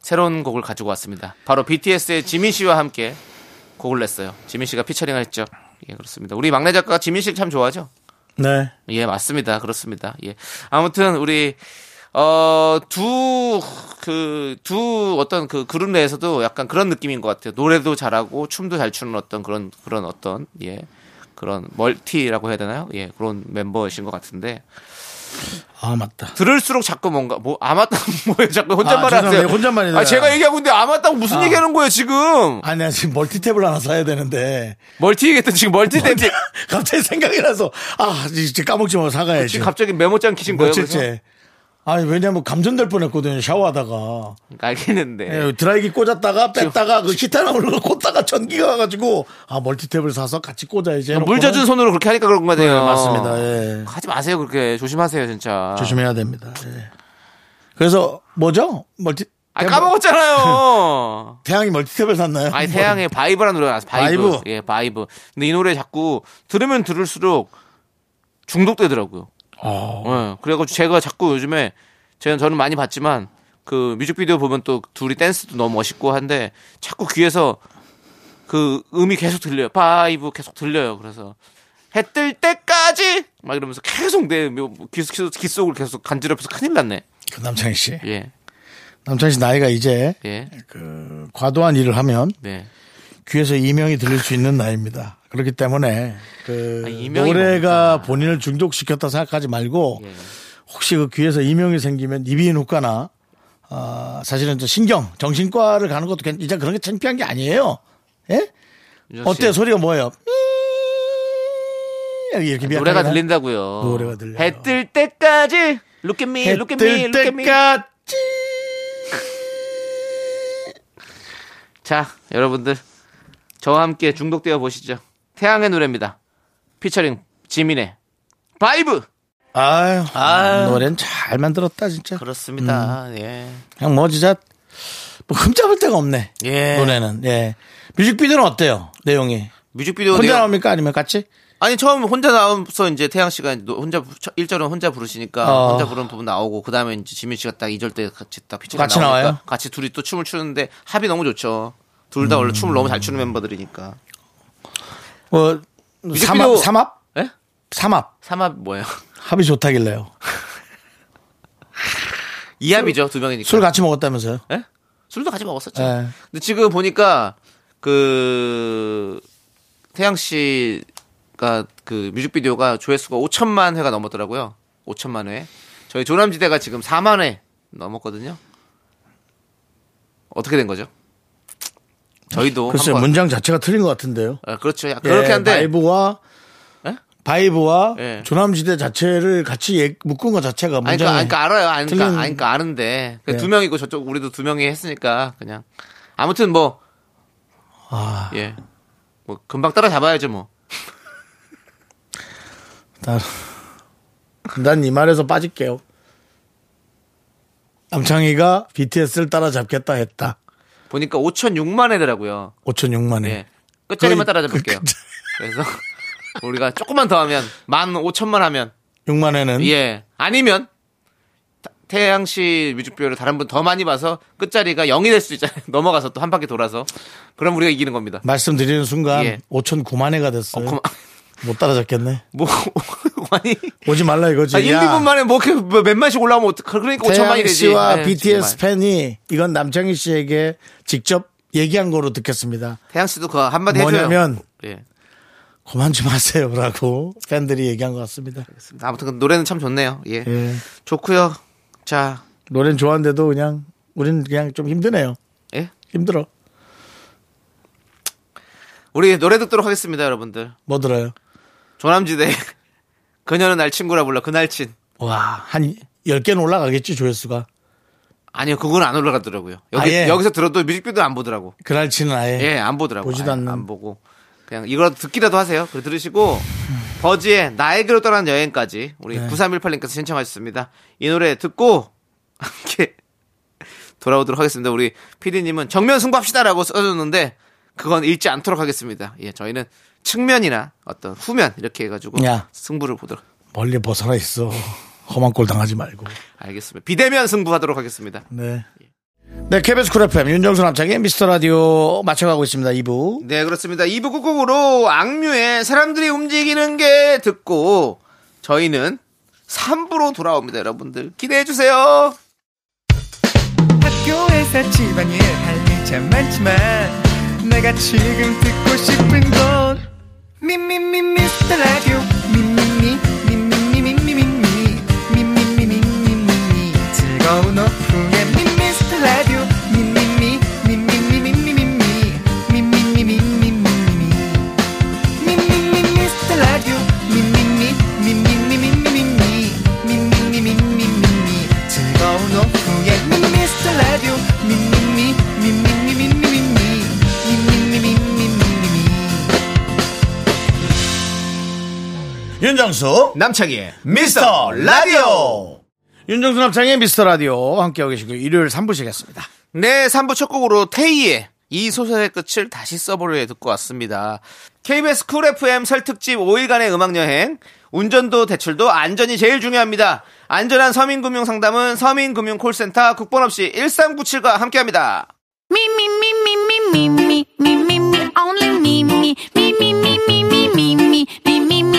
Speaker 2: 새로운 곡을 가지고 왔습니다. 바로 BTS의 지민 씨와 함께 곡을 냈어요. 지민 씨가 피처링을 했죠. 예 그렇습니다. 우리 막내 작가가 지민 씨를 참 좋아하죠.
Speaker 1: 네.
Speaker 2: 예, 맞습니다. 그렇습니다. 예. 아무튼 우리 어, 두, 그, 두 어떤 그 그룹 내에서도 약간 그런 느낌인 것 같아요. 노래도 잘하고 춤도 잘 추는 어떤 그런, 그런 어떤, 예. 그런 멀티라고 해야 되나요? 예, 그런 멤버이신 것 같은데.
Speaker 1: 아, 맞다.
Speaker 2: 들을수록 자꾸 뭔가, 뭐, 아마따 뭐예요? 자꾸 혼잣말
Speaker 1: 아,
Speaker 2: 하세요.
Speaker 1: 죄송해요. 혼잣말이네요.
Speaker 2: 아, 제가 얘기하고 있는데 아마따 무슨 얘기 하는 거예요, 지금?
Speaker 1: 아니, 나 지금 멀티탭을 하나 사야 되는데.
Speaker 2: 멀티 얘기했던 지금 멀티 댄지
Speaker 1: 갑자기 생각이 나서, 아, 이제 까먹지 말고 사가야지.
Speaker 2: 지금 갑자기 메모장 키신 거예요? 그래서?
Speaker 1: 며칠째. 아니, 왜냐면 감전될 뻔 했거든요. 샤워하다가.
Speaker 2: 알겠는데.
Speaker 1: 예, 드라이기 꽂았다가 뺐다가 그 히터나 올라가 꽂다가 전기가 와가지고, 아, 멀티탭을 사서 같이 꽂아야지.
Speaker 2: 물
Speaker 1: 해놓고는
Speaker 2: 젖은 손으로 그렇게 하니까 그런
Speaker 1: 네,
Speaker 2: 거네요.
Speaker 1: 맞습니다. 예.
Speaker 2: 하지 마세요 그렇게 조심하세요 진짜.
Speaker 1: 조심해야 됩니다. 예. 그래서 뭐죠? 멀티
Speaker 2: 아 까먹었잖아요.
Speaker 1: 태양이 멀티탭을 샀나요? 뭐.
Speaker 2: 아니 태양의 바이브라는 노래가 나왔어. 바이브.
Speaker 1: 바이브.
Speaker 2: 예 바이브. 근데 이 노래 자꾸 들으면 들을수록 중독되더라고요.
Speaker 1: 어.
Speaker 2: 예, 그래가지고 제가 자꾸 요즘에 제가 저는 많이 봤지만 그 뮤직비디오 보면 또 둘이 댄스도 너무 멋있고 한데 자꾸 귀에서 그 음이 계속 들려요. 바이브 계속 들려요. 그래서 해 뜰 때까지 막 이러면서 계속 내귀 귀 속을 계속 간지럽혀서 큰일 났네.
Speaker 1: 그 남창희 씨.
Speaker 2: 예,
Speaker 1: 남창희 씨 나이가 이제
Speaker 2: 예,
Speaker 1: 그 과도한 일을 하면
Speaker 2: 네.
Speaker 1: 귀에서 이명이 들릴 수 있는 나이입니다. 그렇기 때문에 그
Speaker 2: 아, 이명이
Speaker 1: 노래가
Speaker 2: 뭡니까?
Speaker 1: 본인을 중독시켰다 생각하지 말고
Speaker 2: 예.
Speaker 1: 혹시 그 귀에서 이명이 생기면 이비인후과나 아, 사실은 저 신경 정신과를 가는 것도 괜- 이제 그런 게 창피한 게 아니에요. 예?
Speaker 2: 윤정 씨,
Speaker 1: 어때요? 소리가 뭐예요? 이렇게
Speaker 2: 아, 노래가
Speaker 1: 미약하게 나-
Speaker 2: 들린다고요.
Speaker 1: 노래가 들려요.
Speaker 2: 해 뜰 때까지 look at me, look at
Speaker 1: 해뜰
Speaker 2: me, look at me.
Speaker 1: 때까지
Speaker 2: 자, 여러분들 저와 함께 중독되어 보시죠. 태양의 노래입니다. 피처링 지민의 바이브.
Speaker 1: 아유, 노래는 잘 만들었다 진짜
Speaker 2: 그렇습니다.
Speaker 1: 음.
Speaker 2: 예.
Speaker 1: 그냥 뭐 진짜 뭐 흠잡을 데가 없네
Speaker 2: 예.
Speaker 1: 노래는 예 뮤직비디오는 어때요 내용이
Speaker 2: 뮤직비디오
Speaker 1: 혼자
Speaker 2: 내용-
Speaker 1: 나옵니까 아니면 같이
Speaker 2: 아니 처음 혼자 나와서 이제 태양 씨가 이제 노- 혼자 부- 첫- 일절은 혼자 부르시니까
Speaker 1: 어.
Speaker 2: 혼자 부르는 부분 나오고 그다음에 이제 지민 씨가 딱 2절 때 같이 딱 피처링
Speaker 1: 같이
Speaker 2: 나오니까
Speaker 1: 나와요?
Speaker 2: 같이 둘이 또 춤을 추는데 합이 너무 좋죠. 둘 다 원래
Speaker 1: 음.
Speaker 2: 춤을 너무 잘 추는 멤버들이니까.
Speaker 1: 뭐 삼합 삼합
Speaker 2: 예?
Speaker 1: 삼합
Speaker 2: 삼합 뭐예요?
Speaker 1: 합이 좋다길래요
Speaker 2: 이합이죠 두 명이니까.
Speaker 1: 술 같이 먹었다면서요?
Speaker 2: 예? 술도 같이 먹었었죠.
Speaker 1: 예.
Speaker 2: 근데 지금 보니까 그 태양 씨가 그 뮤직비디오가 조회수가 5천만 회가 넘었더라고요. 5천만 회. 저희 조남지대가 지금 4만 회 넘었거든요. 어떻게 된 거죠? 저희도
Speaker 1: 글쎄요,
Speaker 2: 한번
Speaker 1: 문장 자체가 틀린 것 같은데요.
Speaker 2: 아, 그렇죠. 약간 그렇게
Speaker 1: 예,
Speaker 2: 한데
Speaker 1: 바이브와
Speaker 2: 예?
Speaker 1: 바이브와
Speaker 2: 예.
Speaker 1: 조남지대 자체를 같이 예- 묶은 것 자체가
Speaker 2: 아니, 그러니까,
Speaker 1: 문장이
Speaker 2: 아니, 그러니까 알아요. 아니, 그러니까,
Speaker 1: 틀린-
Speaker 2: 아니, 그러니까 아는데. 그냥
Speaker 1: 예.
Speaker 2: 두 명이고 저쪽 우리도 두 명이 했으니까 그냥 아무튼 뭐
Speaker 1: 아.
Speaker 2: 예. 뭐 금방 따라잡아야죠, 뭐.
Speaker 1: 난 이 말에서 빠질게요. 남창희가 BTS를 따라잡겠다 했다.
Speaker 2: 보니까 5,006만 회더라고요.
Speaker 1: 5,006만 에
Speaker 2: 예. 끝자리만
Speaker 1: 네. 거의
Speaker 2: 따라잡을게요. 그래서 우리가 조금만 더 하면 만 5천만 하면
Speaker 1: 6만 에는
Speaker 2: 예. 아니면 타- 태양 씨 뮤직비디오를 다른 분 더 많이 봐서 끝자리가 0이 될 수 있잖아요. 넘어가서 또 한 바퀴 돌아서 그럼 우리가 이기는 겁니다.
Speaker 1: 말씀드리는 순간
Speaker 2: 예.
Speaker 1: 5,009만 에가 됐어요.
Speaker 2: 그만-
Speaker 1: 못 따라잡겠네.
Speaker 2: 뭐 아니
Speaker 1: 오지 말라 이거지.
Speaker 2: 아, 1,
Speaker 1: 야,
Speaker 2: 2분 만에 뭐, 이렇게 뭐몇 만씩 올라오면 어떡, 그러니까 5천만이
Speaker 1: 태양
Speaker 2: 되지.
Speaker 1: 씨와
Speaker 2: 아유,
Speaker 1: BTS
Speaker 2: 정말.
Speaker 1: 팬이 이건 남창희 씨에게 직접 얘기한 거로 듣겠습니다.
Speaker 2: 태양 씨도 그 한마디 해줘요.
Speaker 1: 뭐냐면
Speaker 2: 예.
Speaker 1: 그만 좀 하세요라고 팬들이 얘기한 것 같습니다.
Speaker 2: 아무튼 그 노래는 참 좋네요. 예.
Speaker 1: 예.
Speaker 2: 좋고요 자,
Speaker 1: 노래는 좋아하는데도 그냥 우린 그냥 좀 힘드네요.
Speaker 2: 예.
Speaker 1: 힘들어.
Speaker 2: 우리 노래 듣도록 하겠습니다, 여러분들.
Speaker 1: 뭐 들어요?
Speaker 2: 조남지대. 그녀는 날 친구라 불러. 그날친.
Speaker 1: 와, 한 10개는 올라가겠지, 조회수가.
Speaker 2: 아니요, 그건 안 올라가더라고요. 여기,
Speaker 1: 아, 예.
Speaker 2: 여기서 들어도 뮤직비디오 안 보더라고.
Speaker 1: 그날치는 아예.
Speaker 2: 예, 안 보더라고요.
Speaker 1: 보지도
Speaker 2: 아예
Speaker 1: 않는.
Speaker 2: 안 보고. 그냥 이거라도 듣기라도 하세요. 그래 들으시고, 버지의 나에게로 떠난 여행까지 우리
Speaker 1: 네.
Speaker 2: 9318님께서 신청하셨습니다. 이 노래 듣고, 함께 돌아오도록 하겠습니다. 우리 피디님은 정면 승부합시다라고 써줬는데, 그건 읽지 않도록 하겠습니다. 예, 저희는 측면이나 어떤 후면 이렇게 해가지고
Speaker 1: 야.
Speaker 2: 승부를 보도록
Speaker 1: 멀리 벗어나 있어. 험한 꼴 당하지 말고.
Speaker 2: 알겠습니다. 비대면 승부하도록 하겠습니다.
Speaker 1: 네. 네, KBS 쿨 FM 윤정수 남창의 미스터 라디오 맞춰가고 있습니다. 2부.
Speaker 2: 네, 그렇습니다. 2부 꾹꾹으로 악뮤의 사람들이 움직이는 게 듣고 저희는 3부로 돌아옵니다, 여러분들. 기대해 주세요.
Speaker 8: 학교에서 집안일 할 일 참 많지만 내가 지금 듣고 싶은 건 미미미 미스터 라디오 미미미 미미미 미미미 미미미 미미미 즐거운 오후에 미스터 라디오 미미미 미미미 미미미 미미미 미미미
Speaker 1: 윤정수.
Speaker 2: 남창희의 미스터 라디오.
Speaker 1: 윤정수 남창의 미스터 라디오 함께하고 계시고 일요일 3부 시겠습니다.
Speaker 2: 네, 3부 첫 곡으로 테이의 이 소설의 끝을 다시 써보려 듣고 왔습니다. KBS 쿨 FM 설 특집 5일간의 음악여행. 운전도 대출도 안전이 제일 중요합니다. 안전한 서민금융 상담은 서민금융콜센터 국번 없이 1397과 함께합니다.
Speaker 7: Me, me, me, me, me, me, me, me, me, me, only me, me, me, me, me, me, me, me, me, me, me, me,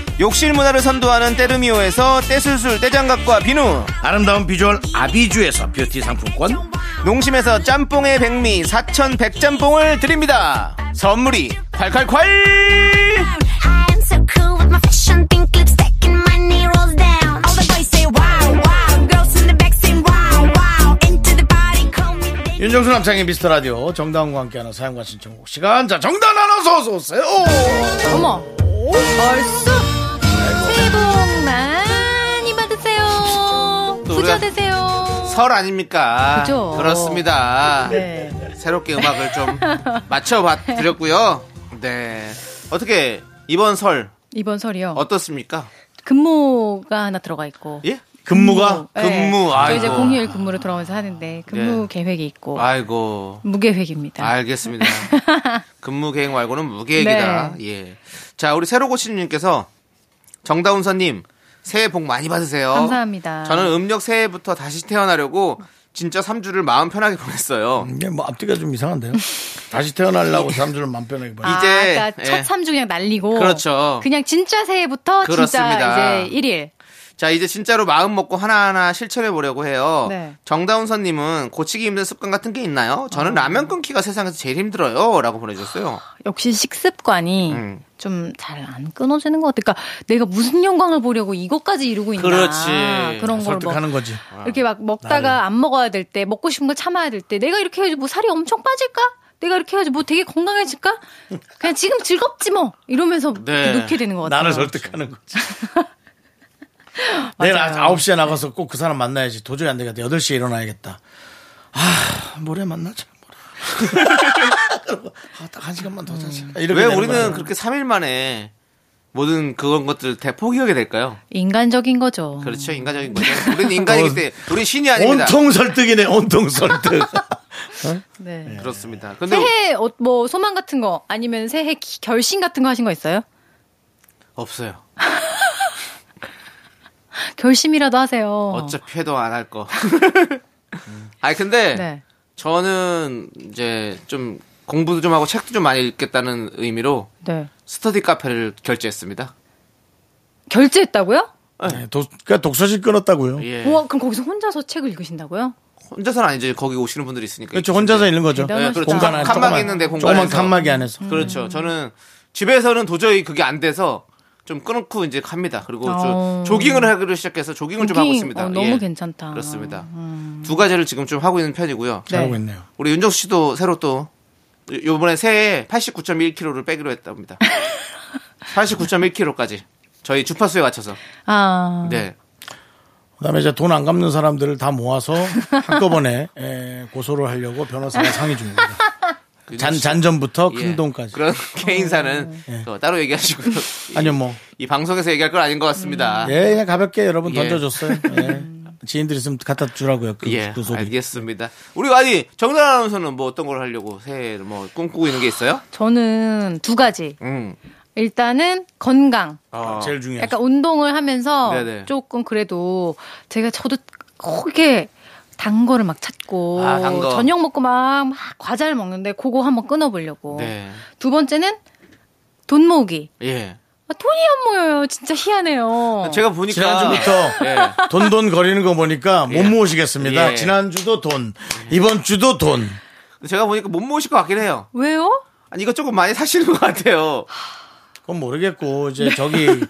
Speaker 2: 욕실 문화를 선도하는 때르미오에서 떼술술 떼장갑과 비누,
Speaker 1: 아름다운 비주얼 아비주에서 뷰티 상품권.
Speaker 2: 농심에서 짬뽕의 백미 사천 백짬뽕을 드립니다. 선물이 콸콸콸!
Speaker 7: I am so cool with my fashion pink lipstick and my knee rolls down. All the boys say wow, wow. Girls in the back say wow, wow. Into the party, call me baby.
Speaker 1: 윤정수 남창의 미스터 라디오 정다운과 함께하는 사연과 신청곡 시간. 자, 정다운 아나운서 어서 오세요.
Speaker 9: 어머, 벌써 새해 복 많이 받으세요.
Speaker 2: 또
Speaker 9: 부자
Speaker 2: 우리가-
Speaker 9: 되세요.
Speaker 2: 설 아닙니까?
Speaker 9: 그죠.
Speaker 2: 렇습니다
Speaker 9: 네.
Speaker 2: 새롭게 음악을 좀 맞춰봤드렸고요. 네. 어떻게 이번 설
Speaker 9: 이번 설이요.
Speaker 2: 어떻습니까?
Speaker 9: 근무가 하나 들어가 있고.
Speaker 2: 예?
Speaker 1: 근무가?
Speaker 2: 근무,
Speaker 9: 네. 저 이제
Speaker 2: 아이고.
Speaker 9: 공휴일 근무로 들어가면서 하는데 근무 계획이 있고
Speaker 2: 네. 아이고.
Speaker 9: 무계획입니다.
Speaker 2: 알겠습니다. 근무 계획 말고는 무계획이다.
Speaker 9: 네.
Speaker 2: 예. 자, 우리 새로고신님께서 정다운서님 새해 복 많이 받으세요.
Speaker 9: 감사합니다.
Speaker 2: 어? 저는 음력 새해부터 다시 태어나려고 진짜 3주를 마음 편하게 보냈어요.
Speaker 1: 이게 뭐 앞뒤가 좀 이상한데요? 다시 태어나려고 사람들을 맘 편하게 봐.
Speaker 9: 아,
Speaker 2: 이제,
Speaker 9: 그러니까
Speaker 2: 예.
Speaker 9: 첫 3주 그냥 날리고
Speaker 2: 그렇죠.
Speaker 9: 그냥 진짜 새해부터
Speaker 2: 그렇습니다.
Speaker 9: 진짜 이제 1일
Speaker 2: 자, 이제 진짜로 마음 먹고 하나하나 실천해 보려고 해요.
Speaker 9: 네.
Speaker 2: 정다운서님은 고치기 힘든 습관 같은 게 있나요? 저는
Speaker 9: 아.
Speaker 2: 라면 끊기가 세상에서 제일 힘들어요. 라고 보내주셨어요.
Speaker 9: 역시 식습관이
Speaker 2: 음.
Speaker 9: 좀 잘 안 끊어지는 것 같아. 그러니까 내가 무슨 영광을 보려고 이것까지 이루고 있나.
Speaker 2: 그렇지. 아.
Speaker 9: 그런 걸 뭐.
Speaker 1: 설득하는 거지.
Speaker 9: 이렇게 막 먹다가 안 먹어야 될 때, 먹고 싶은 거 참아야 될 때, 내가 이렇게 해야지 뭐 살이 엄청 빠질까? 내가 이렇게 해야지 뭐 되게 건강해질까? 그냥 지금 즐겁지 뭐! 이러면서
Speaker 2: 네.
Speaker 9: 놓게 되는 것 같아요.
Speaker 1: 나를 설득하는 거지. 내일
Speaker 9: 맞아요.
Speaker 1: 9시에 나가서 꼭 그 사람 만나야지. 도저히 안 되겠다. 8시에 일어나야겠다. 아, 모레 만나자. 모레. 그러고, 아, 딱 한 시간만 더 자자.
Speaker 9: 음.
Speaker 1: 이렇게
Speaker 2: 왜
Speaker 1: 되는
Speaker 2: 우리는
Speaker 1: 거야.
Speaker 2: 그렇게 3일 만에 모든 그런 것들 다 포기하게 될까요?
Speaker 9: 인간적인 거죠.
Speaker 2: 그렇죠. 인간적인 거죠. 우리는 인간이기 때문에 우리 신이 아닙니다.
Speaker 1: 어, 온통 설득이네, 온통 설득.
Speaker 9: 네.
Speaker 2: 그렇습니다. 근데
Speaker 9: 새해 어, 뭐 소망 같은 거 아니면 새해 기- 결심 같은 거 하신 거 있어요?
Speaker 2: 없어요.
Speaker 9: 결심이라도 하세요.
Speaker 2: 어차피 해도 안 할 거. 아니 근데
Speaker 9: 네.
Speaker 2: 저는 이제 좀 공부도 좀 하고 책도 좀 많이 읽겠다는 의미로
Speaker 9: 네.
Speaker 2: 스터디 카페를 결제했습니다.
Speaker 9: 결제했다고요?
Speaker 1: 네, 독, 그러니까 독서실 끊었다고요.
Speaker 2: 예.
Speaker 9: 우와, 그럼 거기서 혼자서 책을 읽으신다고요? 네.
Speaker 2: 혼자서는 아니죠. 거기 오시는 분들이 있으니까.
Speaker 1: 그렇죠. 혼자서 읽는 거죠.
Speaker 9: 대단하시다.
Speaker 2: 예, 그렇죠.
Speaker 1: 공간 안에.
Speaker 2: 칸막이 있는데
Speaker 1: 조그만
Speaker 2: 공간에서.
Speaker 1: 칸막이 안에서.
Speaker 9: 음.
Speaker 2: 그렇죠. 저는 집에서는 도저히 그게 안 돼서 좀 끊고 이제 갑니다. 그리고 저
Speaker 9: 어.
Speaker 2: 조깅을 하기로 시작해서 조깅을 좀 하고
Speaker 9: 조깅,
Speaker 2: 있습니다. 예.
Speaker 9: 어, 너무 괜찮다. 음.
Speaker 2: 그렇습니다. 두 가지를 지금 좀 하고 있는 편이고요.
Speaker 1: 잘하고
Speaker 9: 네.
Speaker 1: 있네요.
Speaker 2: 우리 윤정수 씨도 새로 또 요- 요번에 새해에 89.1kg를 빼기로 했답니다. 89.1kg까지 저희 주파수에 맞춰서
Speaker 9: 아.
Speaker 2: 네
Speaker 1: 그다음에 이제 돈 안 갚는 사람들을 다 모아서 한꺼번에 에, 고소를 하려고 변호사가 상의 중입니다. 잔 잔전부터 큰
Speaker 2: 예.
Speaker 1: 돈까지.
Speaker 2: 그런 개인사는
Speaker 9: 음.
Speaker 2: 그거 따로 얘기하시고요.
Speaker 1: 아니요 뭐.
Speaker 2: 이 방송에서 얘기할 건 아닌 것 같습니다.
Speaker 9: 음.
Speaker 1: 예, 그냥 가볍게 여러분
Speaker 2: 예.
Speaker 1: 던져줬어요. 예. 지인들 있으면 갖다 주라고요. 그,
Speaker 2: 예,
Speaker 1: 그 소리.
Speaker 2: 알겠습니다. 우리 아니 정단 아나운서는 뭐 어떤 걸 하려고 새해 뭐 꿈꾸고 있는 게 있어요?
Speaker 9: 저는 두 가지.
Speaker 2: 음,
Speaker 9: 일단은 건강.
Speaker 2: 어,
Speaker 1: 제일 중요한.
Speaker 9: 약간 운동을 하면서
Speaker 2: 네네.
Speaker 9: 조금 그래도 제가 저도 그게 단 거를 막 찾고
Speaker 2: 아, 단 거.
Speaker 9: 저녁 먹고 막, 막 과자를 먹는데 그거 한번 끊어보려고.
Speaker 2: 네,
Speaker 9: 두 번째는 돈 모으기.
Speaker 2: 예.
Speaker 9: 아, 돈이 안 모여요. 진짜 희한해요.
Speaker 2: 아, 제가 보니까
Speaker 1: 어, 지난주부터
Speaker 2: 예.
Speaker 1: 돈돈 거리는 거 보니까 못
Speaker 2: 예.
Speaker 1: 모으시겠습니다.
Speaker 2: 예.
Speaker 1: 지난주도 돈, 이번 주도 돈.
Speaker 2: 제가 보니까 못 모으실 것 같긴 해요.
Speaker 9: 왜요?
Speaker 2: 아니 이거 조금 많이 사시는 것 같아요.
Speaker 1: 그건 모르겠고 이제 저기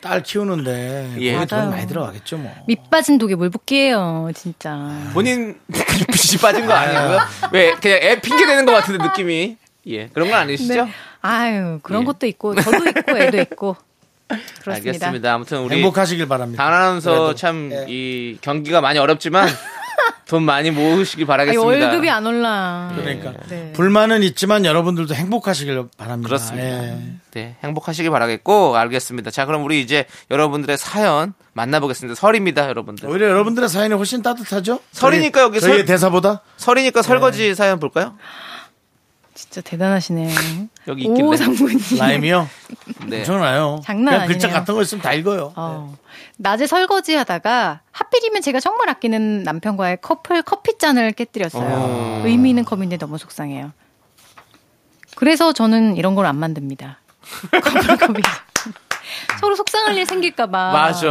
Speaker 1: 딸 키우는데
Speaker 2: 예.
Speaker 1: 거기 돈
Speaker 9: 네. 맞아요.
Speaker 1: 많이 들어가겠죠 뭐.
Speaker 9: 밑 빠진 독에 물 붓기예요, 진짜.
Speaker 2: 본인 빛이 빠진 거 아니고요? 왜 그냥 애 핑계 대는 것 같은데 느낌이 예 그런 건 아니시죠?
Speaker 9: 네. 아유, 그런
Speaker 2: 예.
Speaker 9: 것도 있고 저도 있고 애도 있고. 그렇습니다.
Speaker 2: 알겠습니다. 아무튼 우리
Speaker 1: 행복하시길 바랍니다.
Speaker 2: 단 아나운서
Speaker 1: 그래도. 예.
Speaker 2: 참 이 경기가 많이 어렵지만 돈 많이 모으시길
Speaker 9: 아니,
Speaker 2: 바라겠습니다. 예.
Speaker 9: 월급이 안 올라.
Speaker 1: 그러니까
Speaker 9: 네.
Speaker 1: 불만은 있지만 여러분들도 행복하시길 바랍니다.
Speaker 2: 그렇습니다.
Speaker 1: 예.
Speaker 2: 네, 행복하시길 바라겠고 알겠습니다. 자 그럼 우리 이제 여러분들의 사연 만나보겠습니다. 설입니다, 여러분들.
Speaker 1: 오히려 여러분들의 사연이 훨씬 따뜻하죠?
Speaker 2: 설이니까
Speaker 1: 저희-
Speaker 2: 여기
Speaker 1: 저희의
Speaker 2: 설-
Speaker 1: 대사보다
Speaker 2: 설이니까 설거지
Speaker 1: 네.
Speaker 2: 사연 볼까요?
Speaker 9: 진짜 대단하시네.
Speaker 2: 여기 있길래.
Speaker 9: 오 상군님.
Speaker 1: 라임이요.
Speaker 2: 네.
Speaker 1: 괜찮아요.
Speaker 9: 장난
Speaker 1: 그냥 글자
Speaker 9: 아니네요.
Speaker 1: 같은 거 있으면 다 읽어요.
Speaker 9: 어. 낮에 설거지 하다가 하필이면 제가 정말 아끼는 남편과의 커플 커피잔을 깨뜨렸어요. 의미 있는 컵인데 너무 속상해요. 그래서 저는 이런 걸 안 만듭니다. 커플 컵이 서로 속상할 일 생길까봐.
Speaker 2: 맞아.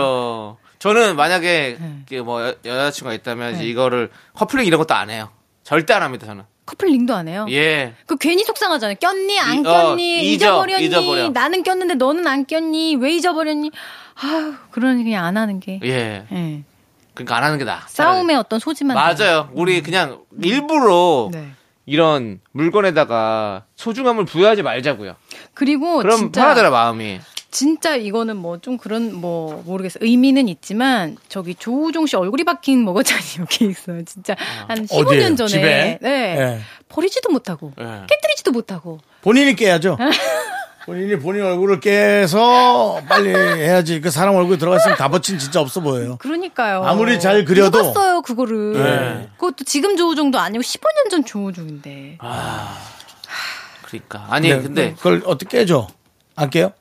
Speaker 2: 저는 만약에
Speaker 9: 아. 네.
Speaker 2: 이게 뭐 여, 자친구가 있다면 이제 이거를 커플링 이런 것도 안 해요. 절대 안 합니다 저는.
Speaker 9: 커플링도 안 해요.
Speaker 2: 예.
Speaker 9: 그 괜히 속상하잖아요. 꼈니? 안
Speaker 2: 이- 어,
Speaker 9: 꼈니?
Speaker 2: 잊어,
Speaker 9: 잊어버렸니?
Speaker 2: 잊어버려.
Speaker 9: 나는 꼈는데 너는 안 꼈니? 왜 잊어버렸니? 아유, 그러니 그냥 안 하는 게.
Speaker 2: 예.
Speaker 9: 예.
Speaker 2: 그러니까 안 하는 게 나아.
Speaker 9: 싸움의 어떤 소지만. 음.
Speaker 2: 맞아요. 우리 그냥 일부러
Speaker 9: 네.
Speaker 2: 이런 물건에다가 소중함을 부여하지 말자고요.
Speaker 9: 그리고
Speaker 2: 그럼
Speaker 9: 어, 진짜
Speaker 2: 편하더라 마음이.
Speaker 9: 진짜 이거는 뭐 좀 그런 뭐 모르겠어 의미는 있지만 저기 조우종 씨 얼굴이 박힌 먹어잔이 여기 있어요 진짜 한 15년
Speaker 1: 아, 어디예요?
Speaker 9: 전에
Speaker 1: 집에?
Speaker 9: 네
Speaker 1: 예.
Speaker 9: 버리지도 못하고
Speaker 2: 예.
Speaker 9: 깨뜨리지도 못하고
Speaker 1: 본인이 깨야죠. 본인이 본인 얼굴을 깨서 빨리 해야지. 그 사람 얼굴 들어갔으면 다버친 진짜 없어 보여요.
Speaker 9: 그러니까요.
Speaker 1: 아무리 잘 그려도.
Speaker 9: 봤어요 그거를.
Speaker 1: 네.
Speaker 9: 그것도 지금 조우종도 아니고 15년 전 조우종인데.
Speaker 1: 아.
Speaker 2: 그러니까 아니
Speaker 9: 음.
Speaker 2: 근데
Speaker 1: 네, 그걸 어떻게 깨죠? 안 깨요?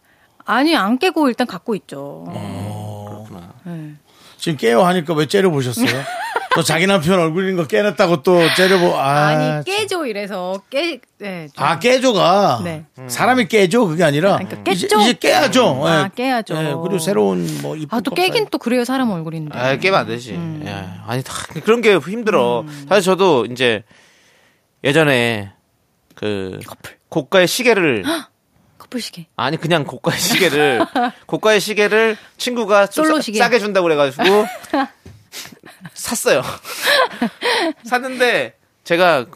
Speaker 9: 아니 안 깨고 일단 갖고 있죠.
Speaker 1: 어. 지금 깨요 하니까 왜 째려보셨어요? 또 자기 남편 얼굴인 거 깨냈다고 또 째려보, 아.
Speaker 9: 아니 깨죠 이래서 깨. 네, 좀.
Speaker 1: 아, 깨조가.
Speaker 9: 네.
Speaker 1: 사람이 깨죠? 그게 아니라.
Speaker 9: 그러니까
Speaker 1: 이제,
Speaker 9: 깨죠.
Speaker 1: 이제 깨야죠.
Speaker 9: 아,
Speaker 1: 예.
Speaker 9: 깨야죠.
Speaker 1: 예, 그리고 새로운 뭐,
Speaker 9: 아, 또 깨긴 또 그래요 사람 얼굴인데.
Speaker 2: 아, 깨면 안 되지.
Speaker 9: 음.
Speaker 2: 예. 아니, 다, 그런 게 힘들어. 사실 저도 이제 예전에 그 고가의 시계를
Speaker 9: 커플시계.
Speaker 2: 아니 그냥 고가의 시계를 고가의 시계를 친구가 좀
Speaker 9: 솔로
Speaker 2: 싸-
Speaker 9: 시계.
Speaker 2: 싸게 준다고 그래가지고 샀어요. 샀는데 제가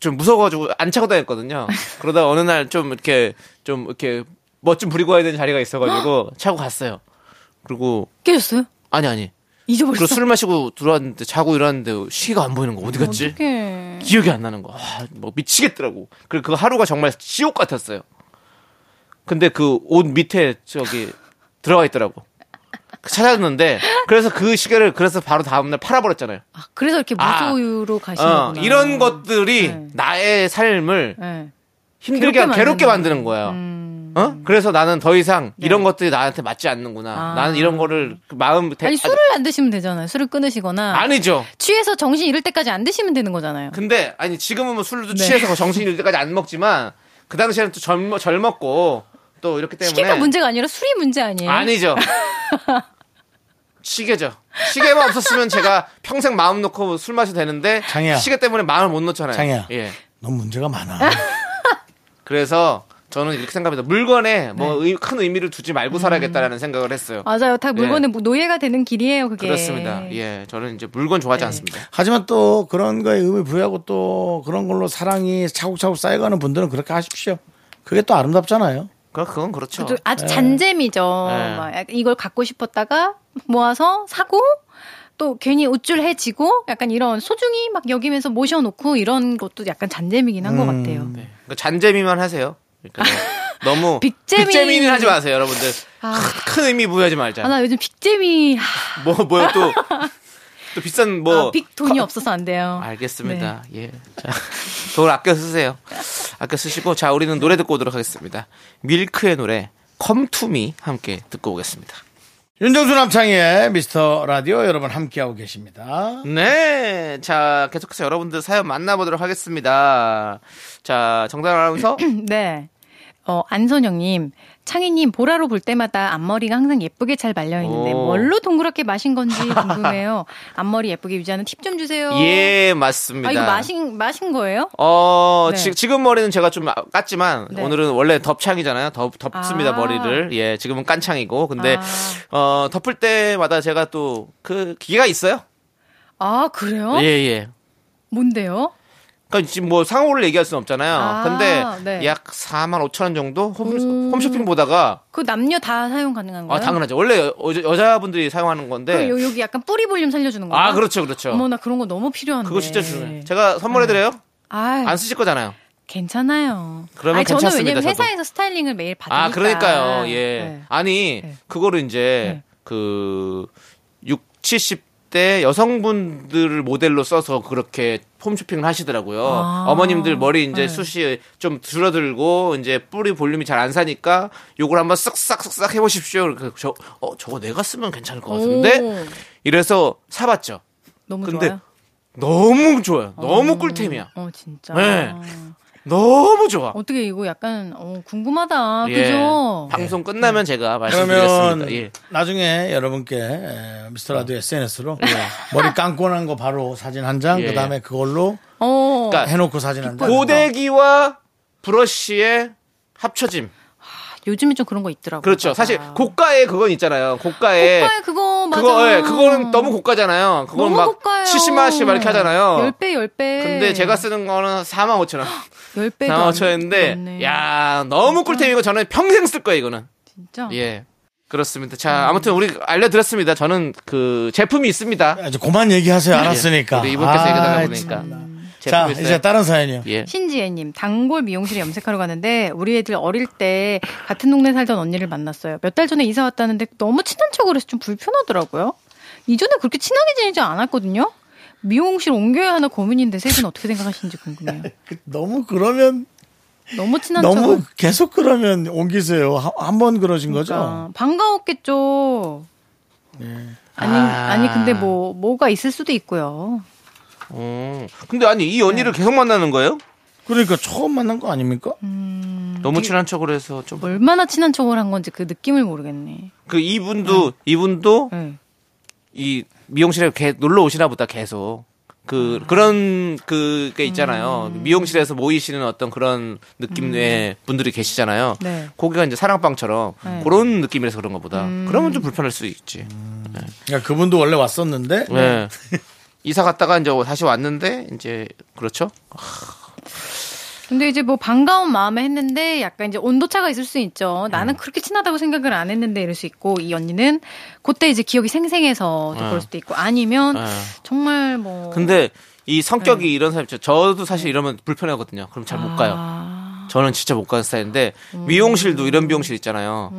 Speaker 2: 좀 무서워가지고 안 차고 다녔거든요. 그러다 어느 날 좀 이렇게 좀 이렇게 멋 좀 부리고 와야 되는 자리가 있어가지고 차고 갔어요. 그리고
Speaker 9: 깨졌어요?
Speaker 2: 아니 아니
Speaker 9: 잊어버렸어.
Speaker 2: 그리고 술 마시고 들어왔는데 자고 일어났는데 시계가 안 보이는 거 어디 갔지?
Speaker 9: 어떡해.
Speaker 2: 기억이 안 나는 거. 아, 뭐 미치겠더라고. 그리고 그 하루가 정말 지옥 같았어요. 근데 그 옷 밑에 저기 들어가 있더라고. 그 찾았는데 그래서 그 시계를 그래서 바로 다음 날 팔아 버렸잖아요.
Speaker 9: 아, 그래서 이렇게 무소유로 가시는
Speaker 2: 어,
Speaker 9: 거구나.
Speaker 2: 이런 것들이
Speaker 9: 아, 네.
Speaker 2: 나의 삶을
Speaker 9: 네.
Speaker 2: 힘들게 괴롭게,
Speaker 9: 괴롭게 음.
Speaker 2: 만드는 거예요. 어? 그래서 나는 더 이상 이런 것들이 나한테 맞지 않는구나.
Speaker 9: 네. 아.
Speaker 2: 나는 이런 거를 그 마음 대-
Speaker 9: 아니 술을 안 드시면 되잖아요. 술을 끊으시거나
Speaker 2: 아, 아니죠.
Speaker 9: 취해서 정신 잃을 때까지 안 드시면 되는 거잖아요.
Speaker 2: 근데 아니 지금은 뭐 술도
Speaker 9: 네.
Speaker 2: 취해서 정신이 들 때까지 안 먹지만 그 당시에는 또 젊, 젊었고 또 이렇게 때문에
Speaker 9: 시계가 문제가 아니라 술이 문제 아니에요.
Speaker 2: 아니죠 시계죠 시계만 없었으면 제가 평생 마음 놓고 술 마셔도 되는데
Speaker 1: 장이야.
Speaker 2: 시계 때문에 마음을 못 놓잖아요
Speaker 1: 장이야.
Speaker 2: 예
Speaker 1: 넌 문제가 많아.
Speaker 2: 그래서 저는 이렇게 생각합니다 물건에 뭐 큰 의미를 두지 말고 살아야겠다라는 생각을 했어요
Speaker 9: 네. 음. 맞아요. 다 물건의 노예가 네. 되는 길이에요. 그게.
Speaker 2: 그렇습니다 예 저는 이제 물건 좋아하지 않습니다
Speaker 1: 하지만 또 그런 거에 의미 부여하고 또 그런 걸로 사랑이 차곡차곡 쌓여가는 분들은 그렇게 하십시오. 그게 또 아름답잖아요.
Speaker 2: 그- 그건 그렇죠
Speaker 9: 또 아주 잔재미죠.
Speaker 2: 네.
Speaker 9: 막 약간 이걸 갖고 싶었다가 모아서 사고 또 괜히 우쭐해지고 약간 이런 소중히 막 여기면서 모셔놓고 이런 것도 약간 잔재미긴 한 것 같아요.
Speaker 2: 그러니까 잔재미만 하세요. 그러니까 너무
Speaker 9: 네. 빅재미.
Speaker 2: 는 하지 마세요, 여러분들.
Speaker 9: 아.
Speaker 2: 큰- 큰 의미 부여하지 말자.
Speaker 9: 아, 나 요즘 빅재미, 하,
Speaker 2: 뭐 뭐야 또. 또 비싼 뭐
Speaker 9: 아, 빅 돈이 없어서 네. 안 돼요.
Speaker 2: 알겠습니다. 예. 자, 돈 아껴 쓰세요. 아껴 쓰시고 자, 우리는 노래 듣고 오도록 하겠습니다. 밀크의 노래 컴투미 함께 듣고 오겠습니다.
Speaker 1: 윤정수 남창희의 미스터 라디오 여러분 함께하고 계십니다.
Speaker 2: 네. 자, 계속해서 여러분들 사연 만나보도록 하겠습니다. 자, 정답 아나운서.
Speaker 9: 네. 어, 안선영님, 창희님, 보라로 볼 때마다 앞머리가 항상 예쁘게 잘 말려있는데,
Speaker 2: 오.
Speaker 9: 뭘로 동그랗게 마신 건지 궁금해요. 앞머리 예쁘게 유지하는 팁 좀 주세요.
Speaker 2: 예, 맞습니다.
Speaker 9: 아, 이거 마신, 마신 거예요?
Speaker 2: 어,
Speaker 9: 네.
Speaker 2: 지, 금 머리는 제가 좀 아- 깠지만
Speaker 9: 네.
Speaker 2: 오늘은 원래 덥창이잖아요. 덥 덥습니다
Speaker 9: 아.
Speaker 2: 머리를. 예, 지금은 깐창이고. 근데
Speaker 9: 아.
Speaker 2: 어, 덮을 때마다 제가 또 그 기계가 있어요.
Speaker 9: 아, 그래요?
Speaker 2: 예, 예.
Speaker 9: 뭔데요?
Speaker 2: 그러니까 지금 뭐 상호를 얘기할 수는 없잖아요.
Speaker 9: 아,
Speaker 2: 근데
Speaker 9: 네.
Speaker 2: 약 4만 5천 원 정도 홈,
Speaker 9: 음.
Speaker 2: 쇼핑 보다가
Speaker 9: 그 남녀 다 사용 가능한
Speaker 2: 아
Speaker 9: 거예요?
Speaker 2: 당연하죠. 원래 여, 자분들이 사용하는
Speaker 9: 그럼
Speaker 2: 건데.
Speaker 9: 요- 여기 약간 뿌리 볼륨 살려주는 거예요?
Speaker 2: 아 그렇죠, 그렇죠.
Speaker 9: 어머, 나 그런 거 너무 필요한데.
Speaker 2: 그거 진짜
Speaker 9: 네.
Speaker 2: 중요해요. 제가 선물해드려요.
Speaker 9: 아,
Speaker 2: 안 쓰실 거잖아요.
Speaker 9: 괜찮아요.
Speaker 2: 그러면
Speaker 9: 아니, 저는
Speaker 2: 괜찮습니다,
Speaker 9: 왜냐면
Speaker 2: 저도.
Speaker 9: 회사에서 스타일링을 매일 받으니까.
Speaker 2: 아, 그러니까요. 예.
Speaker 9: 네.
Speaker 2: 아니,
Speaker 9: 네.
Speaker 2: 그거를 이제
Speaker 9: 네.
Speaker 2: 그 6, 70대 여성분들을 모델로 써서 그렇게 폼쇼핑을 하시더라고요.
Speaker 9: 아.
Speaker 2: 어머님들 머리 이제
Speaker 9: 네.
Speaker 2: 숱이 좀 줄어들고 이제 뿌리 볼륨이 잘 안 사니까 요걸 한번 쓱싹쓱싹 해 보십시오. 그래서 저 어, 저거 내가 쓰면 괜찮을 것 같은데.
Speaker 9: 오.
Speaker 2: 이래서 사 봤죠.
Speaker 9: 너무
Speaker 2: 근데
Speaker 9: 좋아요.
Speaker 2: 너무 좋아요. 너무 꿀템이야.
Speaker 9: 어 진짜.
Speaker 2: 네. 너무 좋아.
Speaker 9: 어떻게 이거 약간 어, 궁금하다.
Speaker 2: 예.
Speaker 9: 그죠? 네.
Speaker 2: 방송 끝나면 제가
Speaker 1: 그러면
Speaker 2: 말씀드리겠습니다. 예. 어.
Speaker 1: 나중에 여러분께 에, 미스터 라디오 SNS로 머리 깡고 난 거 바로 사진 한 장,
Speaker 2: 예.
Speaker 1: 그 다음에 그걸로
Speaker 9: 어.
Speaker 2: 그러니까
Speaker 1: 해놓고 사진 한 장.
Speaker 2: 고데기와 브러쉬의 합쳐짐.
Speaker 9: 요즘에 좀 그런 거 있더라고요.
Speaker 2: 그렇죠. 사실
Speaker 9: 맞아.
Speaker 2: 고가에 그건 있잖아요. 고가에
Speaker 9: 고가에 그거 맞아.
Speaker 2: 그거 예, 그거는 너무 고가잖아요. 그건
Speaker 9: 너무
Speaker 2: 막
Speaker 9: 고가예요.
Speaker 2: 70만 원씩 막 이렇게 하잖아요.
Speaker 9: 10배 10배. 아,
Speaker 2: 근데 제가 쓰는 거는 4만 5천 원.
Speaker 9: 10배도
Speaker 2: 4만 5천 원인데 야, 너무 꿀템이고 저는 평생 쓸 거예요, 이거는.
Speaker 9: 진짜.
Speaker 2: 예. 그렇습니다.
Speaker 9: 음.
Speaker 2: 자, 아무튼 우리 알려드렸습니다. 저는 그 제품이 있습니다.
Speaker 1: 어. 이제 그만 아, 얘기하세요. 예. 알았으니까.
Speaker 2: 예. 우리 이분께서
Speaker 1: 아,
Speaker 2: 얘기하다 보니까.
Speaker 1: 자,
Speaker 2: 제품이
Speaker 1: 이제
Speaker 2: 있어요.
Speaker 1: 다른 사연이요.
Speaker 2: 예.
Speaker 9: 신지혜님 단골 미용실에 염색하러 가는데 우리 애들 어릴 때 같은 동네 살던 언니를 만났어요. 몇 달 전에 이사 왔다는데 너무 친한 척을 해서 좀 불편하더라고요. 이전에 그렇게 친하게 지내지 않았거든요. 미용실 옮겨야 하나 고민인데 세 분 어떻게 생각하시는지 궁금해요.
Speaker 1: 너무 그러면
Speaker 9: 너무 친한
Speaker 1: 너무
Speaker 9: 척은
Speaker 1: 계속 그러면 옮기세요. 한 번 그러신 거죠? 네.
Speaker 9: 그러니까 반가웠겠죠. 아니 아니 근데 뭐 뭐가 있을 수도 있고요.
Speaker 2: 어. 근데 아니 이
Speaker 9: 네.
Speaker 2: 언니를 계속 만나는 거예요?
Speaker 1: 그러니까 처음 만난 거 아닙니까?
Speaker 2: 너무 친한 척으로 해서 좀 그
Speaker 9: 얼마나 친한 척을 한 건지 그 느낌을 모르겠네.
Speaker 2: 이분도 이분도
Speaker 9: 네.
Speaker 2: 이 미용실에 개- 놀러 오시나 보다 계속 그 그런 그게 있잖아요 미용실에서 모이시는 어떤 그런 느낌의 분들이 계시잖아요
Speaker 9: 네.
Speaker 2: 거기가 이제 사랑방처럼
Speaker 9: 네.
Speaker 2: 그런 느낌이라서 그런가 보다 그러면 좀 불편할 수 있지
Speaker 1: 그러니까 그분도 원래 왔었는데
Speaker 2: 음. 네. 이사 갔다가 이제 다시 왔는데 이제 그렇죠
Speaker 9: 근데 이제 뭐 반가운 마음에 했는데 약간 이제 온도차가 있을 수 있죠.
Speaker 2: 네.
Speaker 9: 나는 그렇게 친하다고 생각을 안 했는데 이럴 수 있고 이 언니는 그때 이제 기억이 생생해서 또
Speaker 2: 네.
Speaker 9: 그럴 수도 있고 아니면
Speaker 2: 네.
Speaker 9: 정말 뭐
Speaker 2: 근데 이 성격이 이런 사람 있죠 저도 사실 이러면 불편하거든요 그럼 잘 못 가요
Speaker 9: 아,
Speaker 2: 저는 진짜 못 가는 스타일인데 미용실도 이런 미용실 있잖아요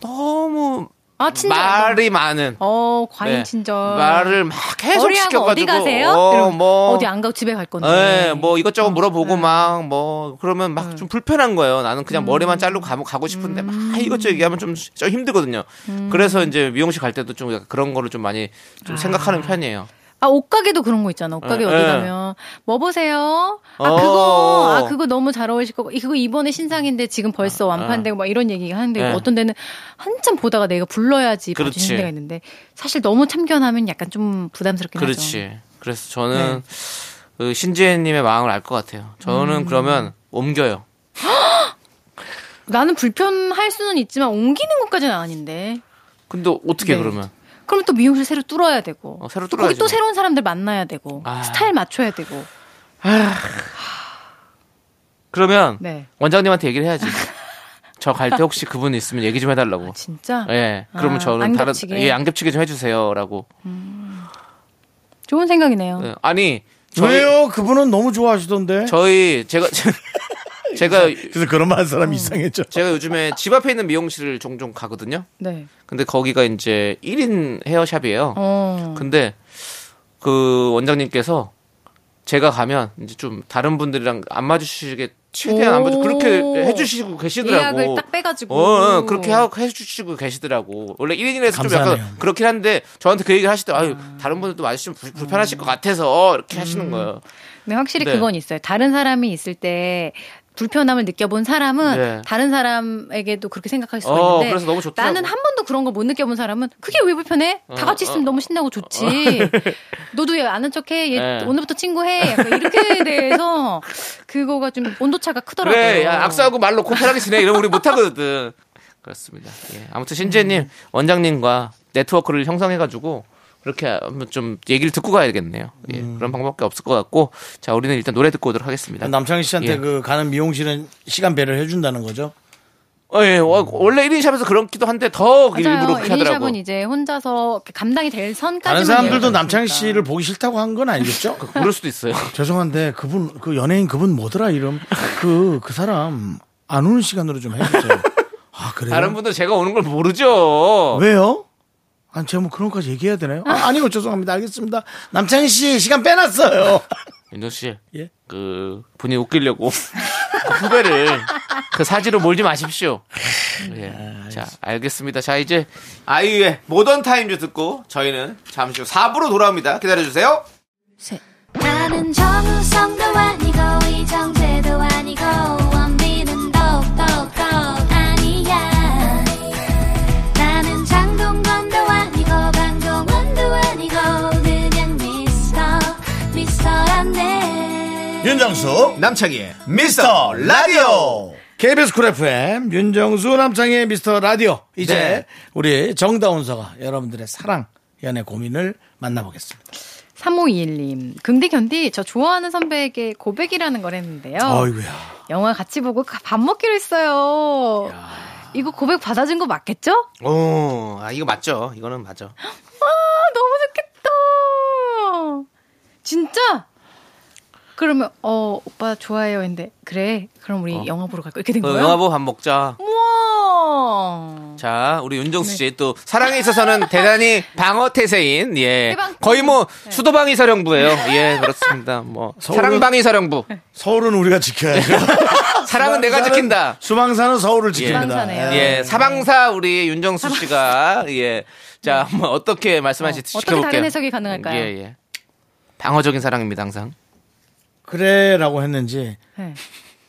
Speaker 2: 너무
Speaker 9: 아 친절.
Speaker 2: 말이 많은
Speaker 9: 어 과잉
Speaker 2: 네.
Speaker 9: 친절.
Speaker 2: 말을 막 계속
Speaker 9: 어리하고
Speaker 2: 시켜가지고
Speaker 9: 어디 가세요?
Speaker 2: 어,
Speaker 9: 이러면서
Speaker 2: 뭐
Speaker 9: 어디 안 네. 가고 집에 갈 건데.
Speaker 2: 예, 뭐 이것저것 물어보고 막 뭐 그러면 막
Speaker 9: 네.
Speaker 2: 좀 불편한 거예요. 나는 그냥
Speaker 9: 음.
Speaker 2: 머리만 자르고 가, 가고 싶은데 막 이것저것 얘기하면 좀, 좀 힘들거든요.
Speaker 9: 음.
Speaker 2: 그래서 이제 미용실 갈 때도 좀 약간 그런 거를 좀 많이 좀 생각하는 편이에요.
Speaker 9: 아 옷가게도 그런 거 있잖아. 옷가게
Speaker 2: 예,
Speaker 9: 어디
Speaker 2: 예.
Speaker 9: 가면 뭐 보세요? 아
Speaker 2: 어.
Speaker 9: 그거 아 그거 너무 잘 어울리실 거고 이- 그거 이번에 신상인데 지금 벌써
Speaker 2: 아,
Speaker 9: 완판되고 막 이런 얘기 하는데
Speaker 2: 예.
Speaker 9: 어떤 데는 한참 보다가 내가 불러야지
Speaker 2: 그렇지.
Speaker 9: 봐주는 데가 있는데 사실 너무 참견하면 약간 좀 부담스럽긴 하죠.
Speaker 2: 그렇지. 그래서 저는
Speaker 9: 네.
Speaker 2: 그 신지혜님의 마음을 알 것 같아요. 저는
Speaker 9: 음.
Speaker 2: 그러면 옮겨요.
Speaker 9: 나는 불편할 수는 있지만 옮기는 것까지는 아닌데.
Speaker 2: 근데 어떻게
Speaker 9: 네.
Speaker 2: 그러면?
Speaker 9: 그럼 또 미용실 새로 뚫어야 되고.
Speaker 2: 어, 새로
Speaker 9: 또
Speaker 2: 뚫어야지
Speaker 9: 거기 또
Speaker 2: 뭐.
Speaker 9: 새로운 사람들 만나야 되고.
Speaker 2: 아.
Speaker 9: 스타일 맞춰야 되고.
Speaker 2: 그러면
Speaker 9: 네.
Speaker 2: 원장님한테 얘기를 해야지. 저 갈 때 혹시 그분 있으면 얘기 좀 해달라고.
Speaker 9: 아, 진짜
Speaker 2: 예. 그러면
Speaker 9: 아,
Speaker 2: 저는
Speaker 9: 안
Speaker 2: 다른
Speaker 9: 겹치게.
Speaker 2: 예, 안 겹치게 좀 해주세요라고.
Speaker 9: 좋은 생각이네요.
Speaker 2: 예. 아니 저희
Speaker 1: 왜요? 그분은 너무 좋아하시던데.
Speaker 2: 저희 제가 제가
Speaker 1: 그래서 그런 말 사람이
Speaker 9: 어.
Speaker 1: 이상했죠.
Speaker 2: 제가 요즘에 집 앞에 있는 미용실을 종종 가거든요.
Speaker 9: 네.
Speaker 2: 근데 거기가 이제 1인 헤어샵이에요.
Speaker 9: 어.
Speaker 2: 근데 그 원장님께서 제가 가면 이제 좀 다른 분들이랑 안 맞으시게 최대한 안 맞으 그렇게
Speaker 9: 오.
Speaker 2: 해주시고 계시더라고.
Speaker 9: 예약을 딱 빼가지고.
Speaker 2: 어, 어, 그렇게 하고 해주시고 계시더라고. 원래 1인이라서 좀 약간
Speaker 1: 감사하네요.
Speaker 2: 그렇긴 한데 저한테 그 얘기를 하시더라고 아유, 다른 분들도 맞으시면 불- 불편하실
Speaker 9: 음.
Speaker 2: 것 같아서 이렇게 하시는 거예요.
Speaker 9: 근데 확실히
Speaker 2: 네.
Speaker 9: 그건 있어요. 다른 사람이 있을 때 불편함을 느껴본 사람은
Speaker 2: 네.
Speaker 9: 다른 사람에게도 그렇게 생각할 수가
Speaker 2: 어,
Speaker 9: 있는데
Speaker 2: 그래서 너무 어, 좋더라고.
Speaker 9: 나는 한 번도 그런 거 못 느껴본 사람은 그게 왜 불편해? 다 같이 있으면 너무 신나고 좋지. 너도 얘 아는 척해. 얘
Speaker 2: 어. 네.
Speaker 9: 오늘부터 친구해. 약간 이렇게 돼서 그거가 좀 온도차가 크더라고요.
Speaker 2: 그래, 야, 악수하고 말로 코 편하게 지내. 이러면 우리 못하거든. 그렇습니다. 예. 아무튼 신재님,
Speaker 9: 음.
Speaker 2: 원장님과 네트워크를 형성해가지고, 그렇게 한번 좀 얘기를 듣고 가야겠네요. 예, 그런 방법밖에 없을 것 같고, 자, 우리는 일단 노래 듣고 오도록 하겠습니다.
Speaker 1: 음. 남창희 씨한테
Speaker 2: 예.
Speaker 1: 그 가는 미용실은 시간 배를 해준다는 거죠.
Speaker 2: 어, 예, 어, 원래 1인샵에서 그렇기도 한데 더 일부러
Speaker 9: 맞아요.
Speaker 2: 그렇게 하더라고.
Speaker 9: 인샵은 이제 혼자서 감당이 될 선까지만.
Speaker 1: 다른 사람들도
Speaker 9: 이해를
Speaker 1: 남창희
Speaker 9: 하니까.
Speaker 1: 씨를 보기 싫다고 한 건 아니겠죠?
Speaker 2: 그럴 수도 있어요.
Speaker 1: 죄송한데 그분 그 연예인 그분 뭐더라 이름 그 그 사람 안 오는 시간으로 좀 해주세요. 아 그래요?
Speaker 2: 다른 분들 제가 오는 걸 모르죠.
Speaker 1: 왜요? 아니 제가 뭐 그런 것까지 얘기해야 되나요? 아, 아니요 죄송합니다 알겠습니다. 남창희 씨 시간 빼놨어요.
Speaker 2: 윤정 씨,
Speaker 1: 예?
Speaker 2: 그 본인 웃기려고 그 후배를 그 사지로 몰지 마십시오. 예. 자, 알겠습니다. 자, 이제
Speaker 10: 아이유의 모던 타임즈 듣고 저희는 잠시 후 4부로 돌아옵니다. 기다려주세요.
Speaker 6: 나는 정우성도 아니고 이정재도 아니고 원빈은 더욱더 아니야 나는 장동건도 아니고 방종원도 아니고 그냥 미스터 미스터란데
Speaker 1: 윤정수 남창희의 미스터 라디오 KBS 쿨 FM 윤정수 남창희의 미스터 라디오 이제
Speaker 2: 네.
Speaker 1: 우리 정다운서가 여러분들의 사랑 연애 고민을 만나보겠습니다.
Speaker 9: 3521님, 긍디 견디, 저 좋아하는 선배에게 고백이라는 걸 했는데요.
Speaker 1: 어이구야
Speaker 9: 영화 같이 보고 가- 밥 먹기로 했어요. 이거 고백 받아준 거 맞겠죠? 아,
Speaker 2: 오, 아 이거 맞죠? 이거는 맞죠.
Speaker 9: 너무 좋겠다. 진짜? 그러면 어 오빠 좋아해요 했는데 그래 그럼 우리 영화 보러 갈까 이렇게 된
Speaker 2: 어,
Speaker 9: 거예요?
Speaker 2: 영화 보고 밥 먹자.
Speaker 9: 우와
Speaker 2: 자, 우리 윤정수 씨 또 사랑에 있어서는 대단히 방어 태세인 예. 거의 뭐 수도방위 사령부예요. 예, 그렇습니다. 뭐
Speaker 1: 서울은-
Speaker 2: 사랑방위 사령부.
Speaker 1: 서울은 우리가 지켜야 돼요.
Speaker 2: 사랑은 내가
Speaker 1: 수방사는-
Speaker 2: 지킨다.
Speaker 1: 수방사는 서울을 지킵니다.
Speaker 9: 수방사네요.
Speaker 2: 예, 사방사 우리 윤정수 씨가 예. 자, 한번 어떻게 말씀하실지
Speaker 9: 네. 어, 어떻게
Speaker 2: 지켜볼게요.
Speaker 9: 다른 해석이 가능할까요?
Speaker 2: 예, 예. 방어적인 사랑입니다, 항상.
Speaker 1: 그래라고 했는지
Speaker 9: 네.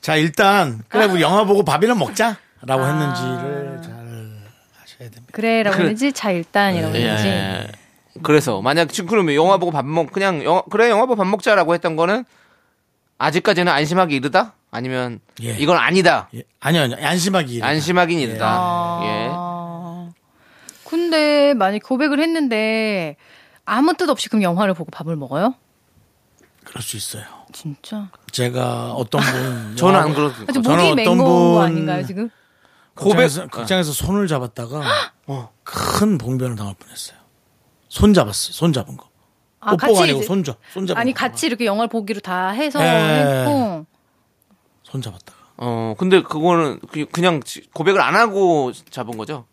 Speaker 1: 자 일단 그래 우리 영화 보고 밥이나 먹자라고
Speaker 9: 아.
Speaker 1: 했는지를 잘 하셔야 됩니다.
Speaker 9: 그래라고 했는지 자 일단이라고 했는지
Speaker 2: 예. 그래서 만약 지금 그러면 영화 보고 밥 먹 그냥 영화, 그래 영화 보고 밥 먹자라고 했던 거는 아직까지는 안심하기 이르다? 아니면
Speaker 1: 예.
Speaker 2: 이건 아니다.
Speaker 1: 예. 아니요 아니요 안심하기
Speaker 2: 안심하긴 이르다. 예.
Speaker 9: 아,
Speaker 1: 예.
Speaker 9: 근데 만약 고백을 했는데 아무 뜻 없이 그럼 영화를 보고 밥을 먹어요?
Speaker 1: 그럴 수 있어요.
Speaker 9: 진짜?
Speaker 1: 제가 어떤 분
Speaker 2: 저는
Speaker 1: 영화
Speaker 2: 안 그렇고
Speaker 1: 그러니까
Speaker 9: 아주
Speaker 1: 저는
Speaker 9: 목이
Speaker 1: 어떤
Speaker 9: 맹거 분...
Speaker 1: 분-
Speaker 9: 아닌가요 지금?
Speaker 2: 어.
Speaker 1: 극장에서, 극장에서 손을 잡았다가 큰 봉변을 당할 뻔했어요. 손 잡았어요. 손 잡은 거.
Speaker 9: 아,
Speaker 1: 뽀뽀가 아니고
Speaker 9: 이제-
Speaker 1: 손잡 손 잡은
Speaker 9: 아니
Speaker 1: 거.
Speaker 9: 같이 이렇게 영화를 보기로 다 해서
Speaker 1: 예.
Speaker 9: 했고
Speaker 1: 손 잡았다가
Speaker 2: 어, 근데 그거는 그- 그냥 지- 고백을 안 하고 잡은 거죠?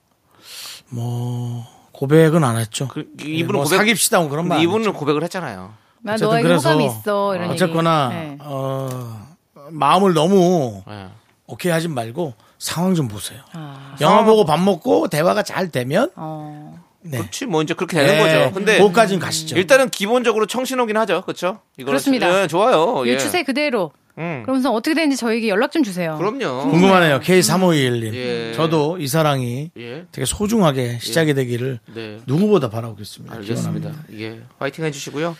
Speaker 1: 뭐 고백은 안 했죠.
Speaker 2: 그- 그
Speaker 1: 예,
Speaker 2: 이분은
Speaker 1: 뭐
Speaker 2: 고백-
Speaker 1: 사깁시다 뭐 그런
Speaker 2: 근데
Speaker 1: 말. 안
Speaker 2: 이분은 고백을 했잖아요.
Speaker 9: 나
Speaker 1: 어쨌든
Speaker 9: 너에게
Speaker 1: 그래서
Speaker 9: 호감이 있어 이런
Speaker 1: 어쨌거나
Speaker 9: 얘기. 네.
Speaker 1: 어, 마음을 너무
Speaker 2: 예.
Speaker 1: 오케이 하지 말고 상황 좀 보세요.
Speaker 9: 아.
Speaker 1: 영화 보고 밥 먹고 대화가 잘 되면
Speaker 9: 어.
Speaker 1: 네.
Speaker 2: 그렇지 뭐 아, 이제 그렇게
Speaker 9: 예.
Speaker 2: 되는 거죠. 근데
Speaker 1: 거기까지는 가시죠.
Speaker 2: 일단은 기본적으로 청신호긴 하죠. 그렇죠? 이거는
Speaker 9: 그렇습니다.
Speaker 2: 예,
Speaker 1: 어,
Speaker 2: 좋아요.
Speaker 9: 요
Speaker 2: 예.
Speaker 9: 추세 그대로.
Speaker 2: 음.
Speaker 9: 그러면서 어떻게 되는지 저에게 연락 좀 주세요.
Speaker 2: 그럼요.
Speaker 1: 궁금하네요. K351님.
Speaker 2: 예.
Speaker 1: 저도 이 사랑이
Speaker 2: 예.
Speaker 1: 되게 소중하게 시작이 되기를
Speaker 2: 네.
Speaker 1: 누구보다 바라고 있습니다.
Speaker 2: 알겠습니다. 예. 화이팅 해주시고요.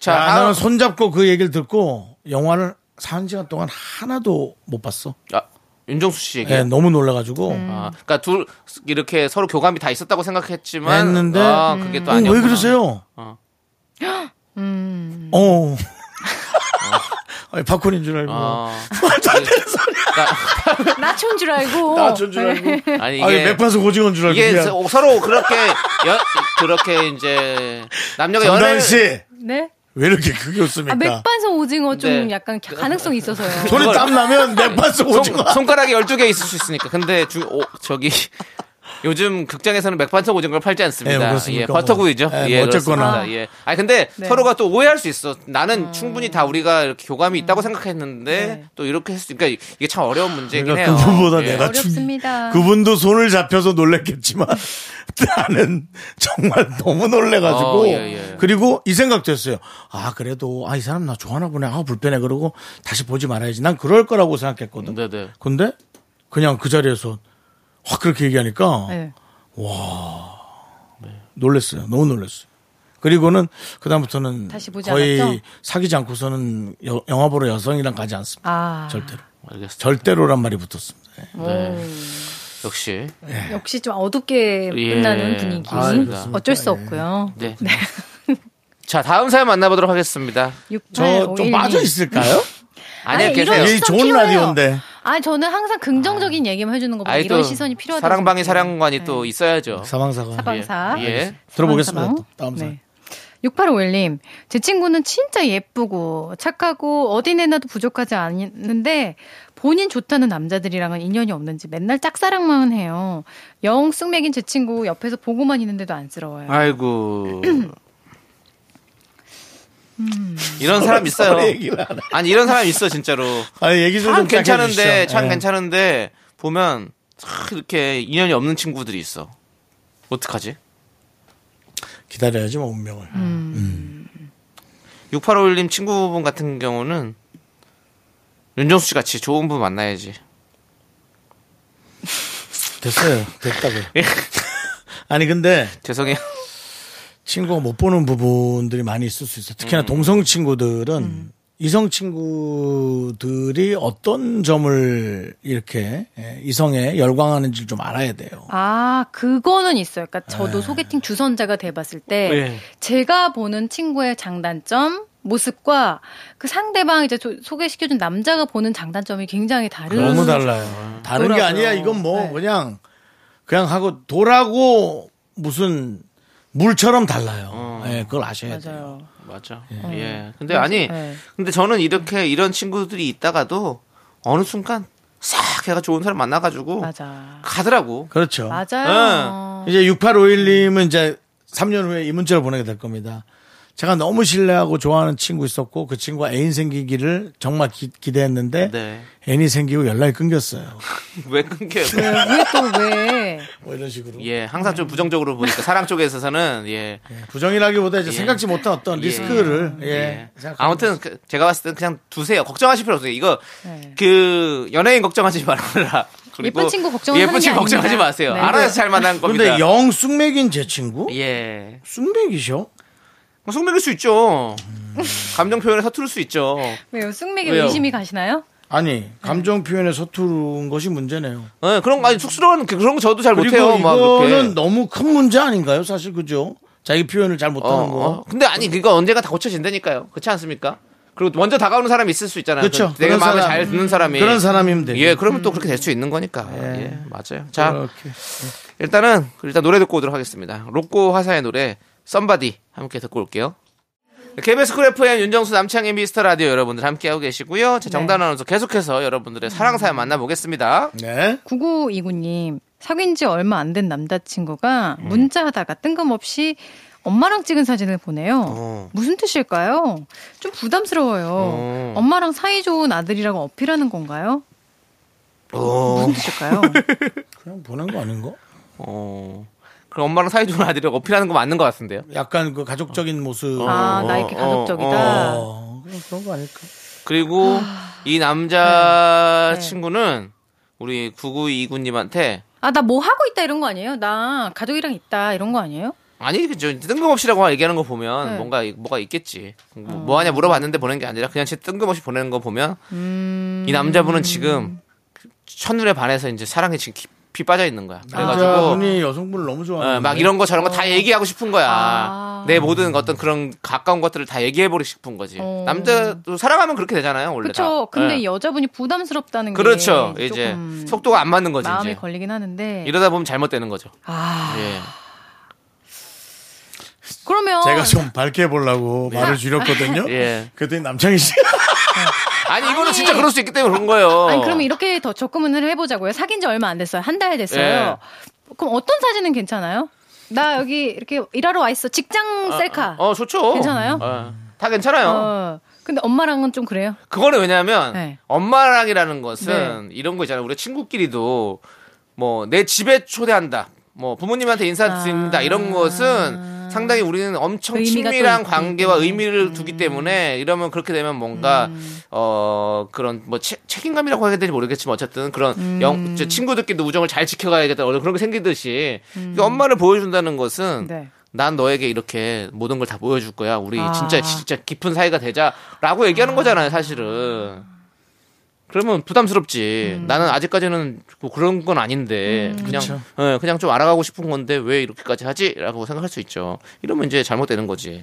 Speaker 2: 자,
Speaker 1: 자, 아,
Speaker 2: 다음-
Speaker 1: 나는 손잡고 그 얘기를 듣고 영화를 3시간 동안 하나도 못 봤어.
Speaker 2: 아, 윤정수 씨 얘기.
Speaker 1: 예, 너무 놀라가지고.
Speaker 2: 아, 그러니까 둘 이렇게 서로 교감이 다 있었다고 생각했지만
Speaker 1: 했는데,
Speaker 2: 아, 그게 또
Speaker 1: 어,
Speaker 2: 아니었구나.
Speaker 1: 왜 그러세요?
Speaker 2: 어.
Speaker 9: 음.
Speaker 1: 어. 아니, 팝콘인 줄 알고.
Speaker 2: 어.
Speaker 1: 음. 말도 안 되는 소리야.
Speaker 9: 나초인 줄 알고.
Speaker 1: 나 준 줄 알고. 아니,
Speaker 2: 아니 어. 이게
Speaker 1: 맥반석 오징어인 줄 알고.
Speaker 2: 이게
Speaker 1: 미안.
Speaker 2: 서- 서로 그렇게 연, 그렇게 이제 남녀가
Speaker 1: 정다은
Speaker 2: 연애를
Speaker 1: 씨,
Speaker 9: 네.
Speaker 1: 왜 이렇게 크게 웃습니까?
Speaker 9: 아, 맥반석 오징어 좀
Speaker 2: 네.
Speaker 9: 약간 가능성이 있어서요.
Speaker 1: 손에 땀 그러니까. 나면 맥반석
Speaker 2: 손,
Speaker 1: 오징어.
Speaker 2: 손가락이 12개 있을 수 있으니까. 근데 주, 오, 저기 요즘 극장에서는 맥반석 오징어를 팔지
Speaker 1: 예, 뭐
Speaker 2: 않습니다.
Speaker 1: 그렇습니까?
Speaker 2: 예, 버터구이죠.
Speaker 1: 뭐. 예,
Speaker 2: 예,
Speaker 1: 뭐 어쨌거나.
Speaker 2: 그렇습니다. 예. 아니 근데
Speaker 9: 네. 아.
Speaker 2: 서로가 또 오해할 수 있어. 나는 충분히 다 우리가 이렇게 교감이 있다고 생각했는데
Speaker 9: 음. 네.
Speaker 2: 또 이렇게 했으니까 이게 참 어려운 문제긴 해요.
Speaker 1: 그러니까 그분보다
Speaker 2: 예.
Speaker 1: 내가
Speaker 9: 어렵습니다.
Speaker 1: 충- 그분도 손을 잡혀서 놀랬겠지만 나는 정말 너무 놀래가지고
Speaker 2: 어, 예, 예.
Speaker 1: 그리고 이 생각도 했어요. 아 그래도 아 이 사람 나 좋아하나 보네. 아 불편해 그러고 다시 보지 말아야지. 난 그럴 거라고 생각했거든.
Speaker 2: 네, 네.
Speaker 1: 근데 그냥 그 자리에서 확 그렇게 얘기하니까
Speaker 9: 네.
Speaker 1: 놀랬어요. 너무 놀랬어요. 그리고는 그다음부터는
Speaker 9: 다시 보지
Speaker 1: 거의
Speaker 9: 않았죠?
Speaker 1: 사귀지 않고서는 여- 영화 보러 여성이랑 가지 않습니다.
Speaker 9: 아.
Speaker 1: 절대로.
Speaker 2: 알겠습니다. 네.
Speaker 1: 절대로란 말이 붙었습니다. 예.
Speaker 2: 역시.
Speaker 9: 역시 좀 어둡게
Speaker 2: 예.
Speaker 9: 끝나는 분위기.
Speaker 2: 아, 그렇습니다.
Speaker 9: 어쩔 수 없고요.
Speaker 2: 네. 자, 다음 사연 만나보도록 하겠습니다.
Speaker 1: 저 좀
Speaker 9: 6851님.
Speaker 1: 빠져 있을까요?
Speaker 2: 안에
Speaker 9: 아니,
Speaker 2: 계세요.
Speaker 9: 이런
Speaker 1: 이
Speaker 9: 네, 시선
Speaker 1: 좋은
Speaker 9: 필요해요.
Speaker 1: 라디오인데.
Speaker 9: 아니 저는 항상 긍정적인 얘기만 해주는 것보다
Speaker 2: 아이,
Speaker 9: 이런
Speaker 2: 또
Speaker 9: 시선이 필요하다. 네.
Speaker 2: 사랑방이 사랑관이 또 있어야죠.
Speaker 1: 사망사가
Speaker 9: 사방사.
Speaker 2: 예. 예.
Speaker 1: 들어보겠습니다.
Speaker 9: 사방, 사방.
Speaker 1: 또 다음 사연.
Speaker 9: 6851님, 네. 제 친구는 진짜 예쁘고 착하고 어디 내놔도 부족하지 않는데 본인 좋다는 남자들이랑은 인연이 없는지 맨날 짝사랑만 해요. 영 쑥맥인 제 친구 옆에서 보고만 있는데도 안쓰러워요.
Speaker 2: 아이고. 이런 사람 있어요.
Speaker 1: 서로 음. 얘기를 안 해.
Speaker 2: 아니 이런 사람 있어 진짜로.
Speaker 1: 아 얘기 좀
Speaker 2: 참
Speaker 1: 짧게
Speaker 2: 괜찮은데
Speaker 1: 해주시죠.
Speaker 2: 참
Speaker 1: 예.
Speaker 2: 괜찮은데 보면 참 이렇게 인연이 없는 친구들이 있어. 어떡하지?
Speaker 1: 기다려야지 뭐 운명을.
Speaker 2: 6851님 친구분 같은 경우는 윤정수 씨 같이 좋은 분 만나야지.
Speaker 1: 됐어요. 됐다고요. 아니 근데
Speaker 2: 죄송해요.
Speaker 1: 친구가 못 보는 부분들이 많이 있을 수 있어요. 특히나 동성 친구들은 이성 친구들이 어떤 점을 이렇게 예, 이성에 열광하는지 좀 알아야 돼요.
Speaker 9: 아, 그거는 있어요. 그러니까
Speaker 1: 네.
Speaker 9: 저도 소개팅 주선자가 돼봤을 때
Speaker 2: 예.
Speaker 9: 제가 보는 친구의 장단점, 모습과 그 상대방 이제 소- 소개시켜준 남자가 보는 장단점이 굉장히 다른.
Speaker 1: 너무 달라요. 다른 게
Speaker 9: 그러더라고요.
Speaker 1: 아니야. 이건 뭐
Speaker 9: 네.
Speaker 1: 그냥 그냥 하고 도라고 무슨 물처럼 달라요. 예, 그걸 아셔야 돼요.
Speaker 2: 맞아.
Speaker 9: 네.
Speaker 2: 예. 근데 아니, 근데 저는 이렇게 이런 친구들이 있다가도 어느 순간 싹 걔가 좋은 사람 만나가지고
Speaker 9: 맞아.
Speaker 2: 가더라고.
Speaker 1: 그렇죠.
Speaker 9: 맞아요.
Speaker 1: 이제 6851님은 이제 3년 후에 이 문자를 보내게 될 겁니다. 제가 너무 신뢰하고 좋아하는 친구 있었고 그 친구가 애인 생기기를 정말 기, 대했는데
Speaker 2: 네.
Speaker 1: 애인이 생기고 연락이 끊겼어요.
Speaker 2: 왜 끊겨요?
Speaker 9: 네. 어, 왜또 왜?
Speaker 1: 뭐 이런 식으로.
Speaker 2: 예, 항상 좀 부정적으로 보니까 사랑 쪽에서는 예.
Speaker 1: 부정이라기보다 이제
Speaker 2: 예.
Speaker 1: 생각지 못한 어떤
Speaker 2: 예.
Speaker 1: 리스크를 예.
Speaker 2: 예.
Speaker 1: 생각합니다.
Speaker 2: 아무튼 그- 제가 봤을 땐 그냥 두세요. 걱정하실 필요 없어요. 이거
Speaker 9: 네.
Speaker 2: 그 연예인 걱정하지 말아라. 그리고
Speaker 9: 예쁜 친구 걱정은
Speaker 2: 예쁜
Speaker 9: 하는 게
Speaker 2: 친구 걱정하지
Speaker 9: 아닙니다.
Speaker 2: 마세요.
Speaker 9: 네.
Speaker 2: 알아서 잘 만난 겁니다.
Speaker 1: 근데 영 숙맥인 제 친구?
Speaker 2: 예. 뭐
Speaker 1: 숙맥이셔?
Speaker 2: 속맥일 수 있죠.
Speaker 9: 음.
Speaker 2: 감정 표현에 서투를 수 있죠.
Speaker 9: 왜요? 승맥에
Speaker 2: 왜요?
Speaker 9: 의심이 가시나요?
Speaker 1: 아니 감정 표현에 서투른 것이 문제네요.
Speaker 2: 예, 그런 거 아니 쑥스러운 그- 그런 거 저도 잘
Speaker 1: 그리고
Speaker 2: 못해요. 막
Speaker 1: 이거는
Speaker 2: 이렇게.
Speaker 1: 너무 큰 문제 아닌가요? 사실 그죠? 자기 표현을 잘
Speaker 2: 어,
Speaker 1: 못하는 거.
Speaker 2: 어. 근데 아니 그거 언제가 다 고쳐진다니까요. 그렇지 않습니까? 그리고 먼저 다가오는 사람이 있을 수 있잖아요.
Speaker 1: 그렇죠. 그쵸.
Speaker 2: 그- 내가
Speaker 1: 그런
Speaker 2: 마음에
Speaker 1: 사람.
Speaker 2: 잘 드는 사람이.
Speaker 1: 그런 사람이면 되죠. 음.
Speaker 2: 예, 그러면 또 그렇게 될 수 있는 거니까. 예, 맞아요. 자,
Speaker 1: 그렇게.
Speaker 2: 일단은 일단 노래 듣고 오도록 하겠습니다. 로꼬 화사의 노래 썸바디 함께 듣고 올게요. KBS 쿨 FM 윤정수 남창희 미스터 라디오 여러분들 함께하고 계시고요.
Speaker 1: 네.
Speaker 2: 제 정단 아나운서 계속해서 여러분들의 사랑 사연 만나보겠습니다.
Speaker 1: 네.
Speaker 9: 9929님, 사귄 지 얼마 안 된 남자친구가
Speaker 2: 음.
Speaker 9: 문자하다가 뜬금없이 엄마랑 찍은 사진을 보내요.
Speaker 2: 어.
Speaker 9: 무슨 뜻일까요? 좀 부담스러워요.
Speaker 2: 어.
Speaker 9: 엄마랑 사이 좋은 아들이라고 어필하는 건가요?
Speaker 2: 어,
Speaker 9: 무슨 뜻일까요?
Speaker 1: 그냥 보낸 거 아닌가?
Speaker 2: 어. 그럼 엄마랑 사이좋은 아들이라고 어필하는 거 맞는 것 같은데요.
Speaker 1: 약간 그 가족적인 모습.
Speaker 9: 아,
Speaker 2: 어,
Speaker 9: 나 이렇게
Speaker 2: 어,
Speaker 9: 가족적이다.
Speaker 1: 어, 그냥 그런 거 아닐까?
Speaker 2: 그리고
Speaker 9: 아,
Speaker 2: 이 남자
Speaker 9: 네,
Speaker 2: 친구는 우리 9929님한테
Speaker 9: 아, 나 뭐 하고 있다 이런 거 아니에요? 나 가족이랑 있다 이런 거 아니에요?
Speaker 2: 아니 그죠 뜬금없이라고 얘기하는 거 보면
Speaker 9: 네.
Speaker 2: 뭔가 이- 뭐가 있겠지 뭐, 뭐 하냐 물어봤는데 보낸 게 아니라 그냥 진짜 뜬금없이 보내는 거 보면 이 남자분은
Speaker 9: 음.
Speaker 2: 지금 첫눈에 반해서 이제 사랑에 지금 깊이 빠져 있는 거야
Speaker 9: 어,
Speaker 2: 그래가지고
Speaker 1: 남자분이 여성분을 너무 좋아하는.
Speaker 2: 아. 어, 막 이런 거 저런 거 다 얘기하고 싶은 거야
Speaker 9: 아.
Speaker 2: 내 모든 어떤 그런 가까운 것들을 다 얘기해버리고 싶은 거지
Speaker 9: 어.
Speaker 2: 남자도 사랑하면 그렇게 되잖아요 원래
Speaker 9: 그렇죠.
Speaker 2: 다
Speaker 9: 근데
Speaker 2: 예.
Speaker 9: 여자분이 부담스럽다는 게
Speaker 2: 그렇죠
Speaker 9: 조금
Speaker 2: 이제 속도가 안 맞는 거지
Speaker 9: 마음이
Speaker 2: 이제
Speaker 9: 걸리긴 하는데
Speaker 2: 이러다 보면 잘못되는 거죠
Speaker 9: 네. 아
Speaker 2: 예.
Speaker 9: 그러면
Speaker 1: 제가 좀 밝게 해보려고 말을 줄였거든요.
Speaker 2: 네. 예.
Speaker 1: 그랬더니 남창희 씨.
Speaker 2: 아니 이거는 진짜 그럴 수 있기 때문에 그런 거예요
Speaker 9: 아니 그러면 이렇게 더 접근을 해보자고요. 사귄 지 얼마 안 됐어요. 한 달
Speaker 2: 예.
Speaker 9: 됐어요. 그럼 어떤 사진은 괜찮아요? 나 여기 이렇게 일하러 와 있어. 직장 셀카.
Speaker 2: 어 좋죠.
Speaker 9: 괜찮아요?
Speaker 2: 어, 다 괜찮아요.
Speaker 9: 어. 근데 엄마랑은 좀 그래요.
Speaker 2: 그거는 왜냐하면
Speaker 9: 네.
Speaker 2: 엄마랑이라는 것은 이런 거 있잖아요. 우리 친구끼리도 뭐 내 집에 초대한다. 뭐 부모님한테 인사드립니다.
Speaker 9: 아.
Speaker 2: 이런 것은 상당히 우리는 엄청
Speaker 9: 의미가 또 음.
Speaker 2: 친밀한
Speaker 9: 있기
Speaker 2: 관계와
Speaker 9: 때문에.
Speaker 2: 의미를 두기 때문에 이러면 그렇게 되면 뭔가
Speaker 9: 음.
Speaker 2: 어 그런 뭐 책- 책임감이라고 해야 될지 모르겠지만 어쨌든 그런
Speaker 9: 음.
Speaker 2: 영, 저 친구들끼리도 우정을 잘 지켜가야겠다 그런 게 생기듯이 그러니까 엄마를 보여준다는 것은
Speaker 9: 음. 네.
Speaker 2: 난 너에게 이렇게 모든 걸 다 보여줄 거야. 우리
Speaker 9: 아.
Speaker 2: 진짜 진짜 깊은 사이가 되자라고 얘기하는 거잖아요, 사실은. 그러면 부담스럽지.
Speaker 9: 음.
Speaker 2: 나는 아직까지는 뭐 그런 건 아닌데 그냥 예, 그냥 좀 알아가고 싶은 건데 왜 이렇게까지 하지?라고 생각할 수 있죠. 이러면 이제 잘못되는 거지.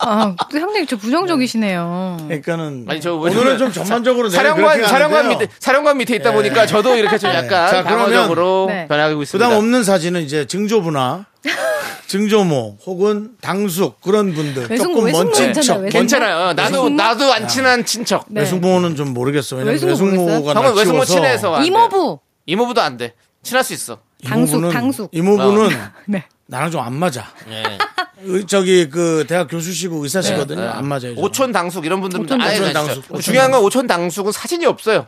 Speaker 9: 아, 또 형님 저 부정적이시네요. 음.
Speaker 1: 그러니까는.
Speaker 2: 아니 저
Speaker 1: 오늘은 좀 전반적으로 내가
Speaker 2: 사령관
Speaker 1: 그렇게
Speaker 2: 사령관
Speaker 1: 하는데요. 예.
Speaker 2: 밑에 사령관 밑에 있다 보니까 저도 이렇게 좀 약간
Speaker 1: 자, 그러면-
Speaker 2: 방어적으로
Speaker 9: 네.
Speaker 2: 변하고 있습니다.
Speaker 1: 부담 없는 사진은 이제 증조부나 증조모 혹은 당숙 그런 분들
Speaker 9: 외숙-
Speaker 1: 조금
Speaker 9: 외숙모
Speaker 1: 먼
Speaker 9: 네. 괜찮아요.
Speaker 1: 친척
Speaker 9: 외숙모?
Speaker 2: 괜찮아요. 나도
Speaker 9: 외숙모?
Speaker 2: 나도 안 친한 친척.
Speaker 9: 네.
Speaker 1: 외숙모는 좀 모르겠어 왜냐면
Speaker 9: 외숙모
Speaker 1: 외숙모가
Speaker 9: 모르겠어요?
Speaker 1: 나
Speaker 2: 형은 외숙모
Speaker 1: 키워서
Speaker 2: 친해서 안 돼.
Speaker 9: 이모부.
Speaker 2: 이모부도 안 돼. 친할 수 있어.
Speaker 9: 당숙,
Speaker 1: 이모부는-
Speaker 9: 당숙.
Speaker 1: 이모부는
Speaker 9: 네.
Speaker 1: 나랑 좀 안 맞아
Speaker 2: 예.
Speaker 1: 의- 저기 그 대학 교수시고 의사시거든요 안 맞아요 저는.
Speaker 2: 네, 오촌 당숙 이런 분들은
Speaker 9: 예. 오촌
Speaker 2: 아예
Speaker 1: 당숙.
Speaker 2: 당숙.
Speaker 1: 당숙.
Speaker 2: 중요한 건 오촌 당숙은 사진이 없어요.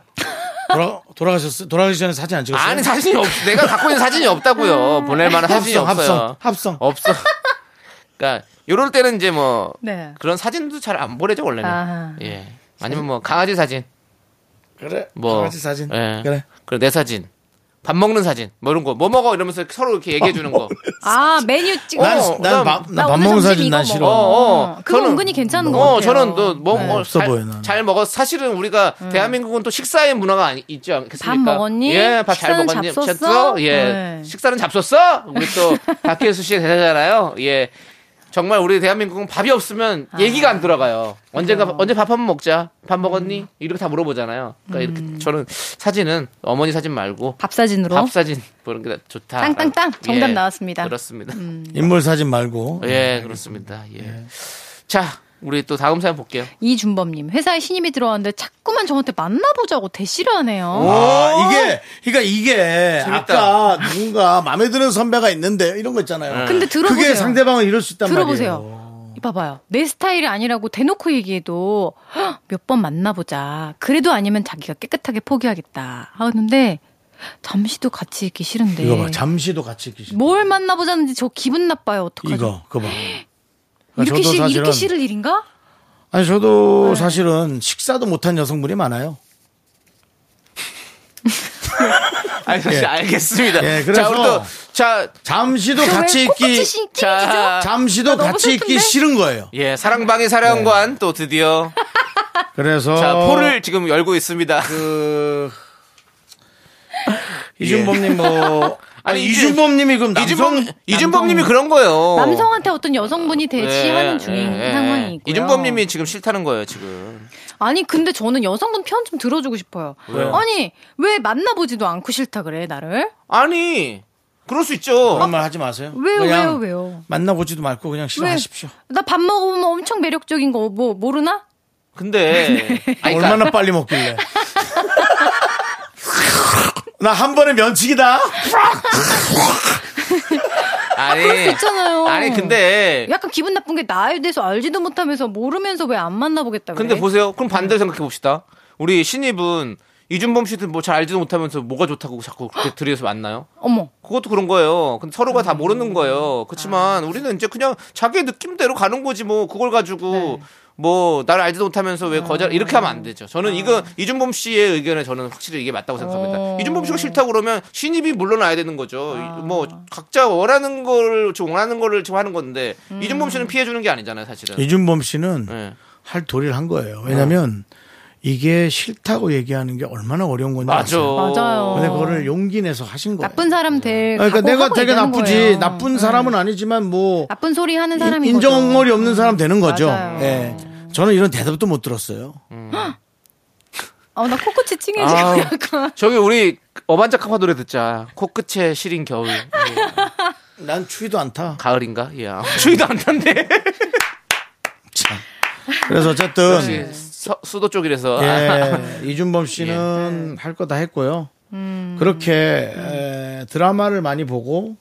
Speaker 1: 돌아, 돌아가셨어 돌아가기 전에 사진 안 찍었어요
Speaker 2: 아니 사진이 없. 내가 갖고 있는 사진이
Speaker 9: 음.
Speaker 2: 없다고요. 보낼 만한 사진이
Speaker 1: 그렇죠. 합성
Speaker 2: 없어요.
Speaker 1: 합성 합성
Speaker 2: 없어. 그러니까 요럴 때는 이제 뭐
Speaker 9: 네.
Speaker 2: 그런 사진도 잘 안 보내죠 원래는.
Speaker 9: 아하.
Speaker 2: 예. 아니면 뭐 강아지 사진,
Speaker 1: 그래
Speaker 2: 뭐
Speaker 1: 강아지 사진
Speaker 2: 예.
Speaker 1: 그래
Speaker 2: 그리고 내 사진, 밥 먹는 사진, 뭐 이런 거, 뭐 먹어 이러면서 서로 이렇게 얘기해 주는 거.
Speaker 9: 아, 메뉴 찍어.
Speaker 2: 어, 난-
Speaker 1: 난난밥
Speaker 9: 나 오늘
Speaker 1: 먹는
Speaker 9: 점심
Speaker 1: 사진
Speaker 9: 이거
Speaker 1: 난
Speaker 9: 먹어.
Speaker 1: 싫어
Speaker 2: 어, 어.
Speaker 9: 아, 그거
Speaker 2: 저는-
Speaker 9: 은근히 괜찮은 거
Speaker 2: 어,
Speaker 9: 같아요.
Speaker 2: 저는 또뭐
Speaker 9: 네.
Speaker 2: 어,
Speaker 1: 없어
Speaker 2: 잘,
Speaker 1: 보여, 나는.
Speaker 2: 잘 먹어. 사실은 우리가 대한민국은 또 식사의 문화가 아니- 있지 않겠습니까?
Speaker 9: 음. 밥 먹었니?
Speaker 2: 예, 밥 잘
Speaker 9: 식사는
Speaker 2: 먹었니?
Speaker 9: 잡섰어?
Speaker 2: 쳤어? 예,
Speaker 9: 네.
Speaker 2: 식사는 잡섰어? 우리 또 박혜수 씨의 대사잖아요. 예, 정말 우리 대한민국은 밥이 없으면
Speaker 9: 아.
Speaker 2: 얘기가 안 들어가요. 언젠가 언제 밥 한번 먹자.
Speaker 9: 음.
Speaker 2: 밥 먹었니? 이렇게 다 물어보잖아요. 그러니까 이렇게 저는 사진은 어머니 사진 말고
Speaker 9: 밥 음. 사진으로.
Speaker 2: 밥 사진 보는 게 좋다. 예.
Speaker 9: 땅땅땅 정답 나왔습니다. 음.
Speaker 2: 그렇습니다.
Speaker 1: 인물 사진 말고.
Speaker 2: 예, 그렇습니다. 예. 자, 우리 또 다음 사연 볼게요.
Speaker 1: 예.
Speaker 9: 이준범님 회사에 신임이 들어왔는데 자꾸만 저한테 만나보자고 대시를
Speaker 2: 어?
Speaker 9: 하네요.
Speaker 1: 아, 이게, 그러니까 이게
Speaker 2: 재밌다.
Speaker 1: 아까 누군가 마음에 드는 선배가 있는데 이런 거
Speaker 2: 예.
Speaker 1: 있잖아요.
Speaker 9: 근데 들어보세요.
Speaker 1: 그게 상대방은 이럴 수 있단 말이에요.
Speaker 9: 들어보세요. 이봐봐요. 내 스타일이 아니라고 대놓고 얘기해도 몇 번 만나보자. 그래도 아니면 자기가 깨끗하게 포기하겠다 하는데 잠시도 같이 있기 싫은데.
Speaker 1: 네. 이거 봐, 잠시도 같이 있기 싫어.
Speaker 9: 뭘 만나보자는지 저 기분 나빠요. 뭐, 어떡하죠?
Speaker 1: 이거, 그거 봐.
Speaker 9: 이렇게,
Speaker 1: 저도
Speaker 9: 싫, 이렇게
Speaker 1: 사실은-
Speaker 9: 싫을 일인가?
Speaker 1: 아니,
Speaker 9: 네.
Speaker 1: 저도 사실은 식사도 못한 여성분이 많아요.
Speaker 2: 아니, 사실
Speaker 1: 예.
Speaker 2: 알겠습니다.
Speaker 1: 예,
Speaker 2: 자,
Speaker 1: 그래서-
Speaker 2: 우리 또, 자,
Speaker 1: 잠시도
Speaker 9: 저왜
Speaker 1: 같이 있기,
Speaker 9: 코끝이 찡-
Speaker 2: 자,
Speaker 1: 잠시도
Speaker 9: 나 너무
Speaker 1: 같이 있기
Speaker 9: 슬픈데?
Speaker 1: 싫은 거예요.
Speaker 2: 예,
Speaker 1: 네.
Speaker 2: 사랑방의 사령관 또 드디어
Speaker 1: 그래서.
Speaker 2: 자, 포를 지금 열고 있습니다.
Speaker 1: 어. 그, 이준범님 뭐. 아니,
Speaker 2: 예. 아니,
Speaker 1: 이준범님이 그럼 남성.
Speaker 9: 어?
Speaker 2: 이준범 이준범님이 그런 거예요.
Speaker 9: 남성한테 어떤 여성분이 대시하는
Speaker 2: 예,
Speaker 9: 중인
Speaker 2: 예, 예.
Speaker 9: 상황이고요.
Speaker 2: 이준범님이 지금 싫다는 거예요 지금.
Speaker 9: 아니 근데 저는 여성분 편 좀 들어주고 싶어요. 아니 왜 만나보지도 않고 싫다 그래 나를?
Speaker 2: 아니 그럴 수 있죠.
Speaker 1: 그런 말 하지 마세요.
Speaker 9: 왜요,
Speaker 1: 그냥
Speaker 9: 왜요, 왜요?
Speaker 1: 만나보지도 말고 그냥 싫어하십시오.
Speaker 9: 나 밥 먹으면 엄청 매력적인 거 뭐 모르나?
Speaker 2: 근데 아니, 그러니까
Speaker 1: 얼마나 빨리 먹길래. 나 한 번에 면치기다.
Speaker 2: 아니
Speaker 9: 그럴 수 있잖아요.
Speaker 2: 아니 근데
Speaker 9: 약간 기분 나쁜 게 나에 대해서 알지도 못하면서 모르면서 왜 안 만나보겠다 그래?
Speaker 2: 아, 근데 보세요. 그럼 반대로 생각해 봅시다. 우리 신입은 이준범 씨도 뭐 잘 알지도 못하면서 뭐가 좋다고 자꾸 그렇게 들이대서 만나요?
Speaker 9: 어머
Speaker 2: 그것도 그런 거예요. 근데 서로가 다
Speaker 9: 음.
Speaker 2: 모르는 거예요. 그렇지만
Speaker 9: 아.
Speaker 2: 우리는 이제 그냥 자기 느낌대로 가는 거지 뭐 그걸 가지고
Speaker 9: 네.
Speaker 2: 뭐 나를 알지도 못하면서
Speaker 9: 아.
Speaker 2: 왜 거절 이렇게 하면 안 되죠. 저는 이거 이준범 씨의 의견에 저는 확실히 이게 맞다고 생각합니다.
Speaker 9: 어. 아.
Speaker 2: 이준범 씨가 싫다고 그러면 신입이 물러나야 되는 거죠. 뭐 각자 원하는 걸 지금 원하는 거를 지금 하는 건데
Speaker 9: 음.
Speaker 2: 이준범 씨는 피해 주는 게 아니잖아요, 사실은.
Speaker 1: 이준범 씨는
Speaker 2: 예.
Speaker 1: 할 도리를 한 거예요. 왜냐면 이게 싫다고 얘기하는 게 얼마나 어려운 건지
Speaker 2: 맞아.
Speaker 1: 아세요?
Speaker 9: 맞아요.
Speaker 1: 근데 그거를 용기 내서 하신 거예요.
Speaker 9: 나쁜 사람 될
Speaker 1: 그러니까 내가
Speaker 9: 각오하고
Speaker 1: 되게
Speaker 9: 얘기하는
Speaker 1: 나쁘지.
Speaker 9: 거예요.
Speaker 1: 나쁜
Speaker 9: 응.
Speaker 1: 사람은 아니지만 뭐
Speaker 9: 나쁜 소리 하는
Speaker 1: 인-
Speaker 9: 사람이
Speaker 1: 인정머리 없는 사람 되는 거죠.
Speaker 9: 맞아요.
Speaker 1: 예. 저는 이런 대답도 못 들었어요.
Speaker 9: 어, 아나 코끝이 찡해 지금
Speaker 2: 아우.
Speaker 9: 약간
Speaker 2: 저기 우리 어반자카파 노래 듣자. 코끝에 시린 겨울. 예.
Speaker 1: 난 추위도 안 타.
Speaker 2: 가을인가? 예. 추위도 안 탄데.
Speaker 1: 참. 그래서 어쨌든
Speaker 2: 역시 서- 수도 쪽이라서
Speaker 1: 음. 예,
Speaker 2: 아,
Speaker 1: 이준범 씨는
Speaker 2: 예.
Speaker 1: 할 거 다 했고요.
Speaker 2: 음.
Speaker 1: 그렇게 에, 드라마를 많이 보고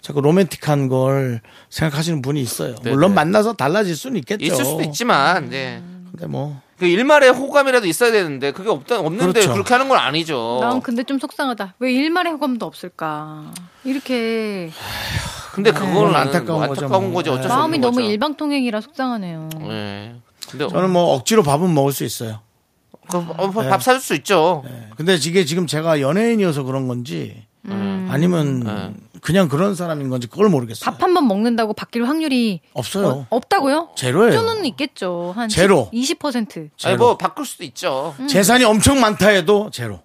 Speaker 1: 자꾸 로맨틱한 걸 생각하시는 분이 있어요. 물론 만나서 달라질 수는 있겠죠.
Speaker 2: 있을 수도 있지만 예.
Speaker 1: 근데 뭐
Speaker 2: 그 일말의 호감이라도 있어야 되는데 그게 없다 없는데
Speaker 1: 그렇죠.
Speaker 2: 그렇게 하는 건
Speaker 1: 어.
Speaker 2: 아니죠.
Speaker 9: 난 그- 근데 좀 속상하다. 왜 일말의 호감도 없을까? 이렇게
Speaker 2: 근데 그거는
Speaker 1: 그건
Speaker 2: 안타까운,
Speaker 1: 안타까운
Speaker 2: 뭐
Speaker 1: 거죠,
Speaker 2: 안타까운
Speaker 1: 뭐.
Speaker 2: 거지 어쩔 수 없는
Speaker 9: 네. 마음이 너무
Speaker 2: 거죠.
Speaker 9: 일방통행이라 속상하네요.
Speaker 1: 어.
Speaker 2: 예. 근데
Speaker 1: 저는 뭐 억지로 밥은 먹을 수 있어요.
Speaker 2: 그, 어, 밥 사줄 수 있죠.
Speaker 1: 예, 근데 이게 지금 제가 연예인이어서 그런 건지
Speaker 9: 음.
Speaker 2: 음.
Speaker 1: 아니면
Speaker 2: 네.
Speaker 1: 그냥 그런 사람인 건지 그걸 모르겠어요.
Speaker 9: 밥 한 번 먹는다고 바뀔 확률이
Speaker 1: 없어요.
Speaker 9: 어, 없다고요?
Speaker 1: 제로예요.
Speaker 2: 네.
Speaker 9: 저는 있겠죠. 한
Speaker 1: 제로.
Speaker 9: 20%.
Speaker 2: 아니 뭐 바꿀 수도 있죠.
Speaker 9: 음.
Speaker 1: 재산이 엄청 많다 해도 제로.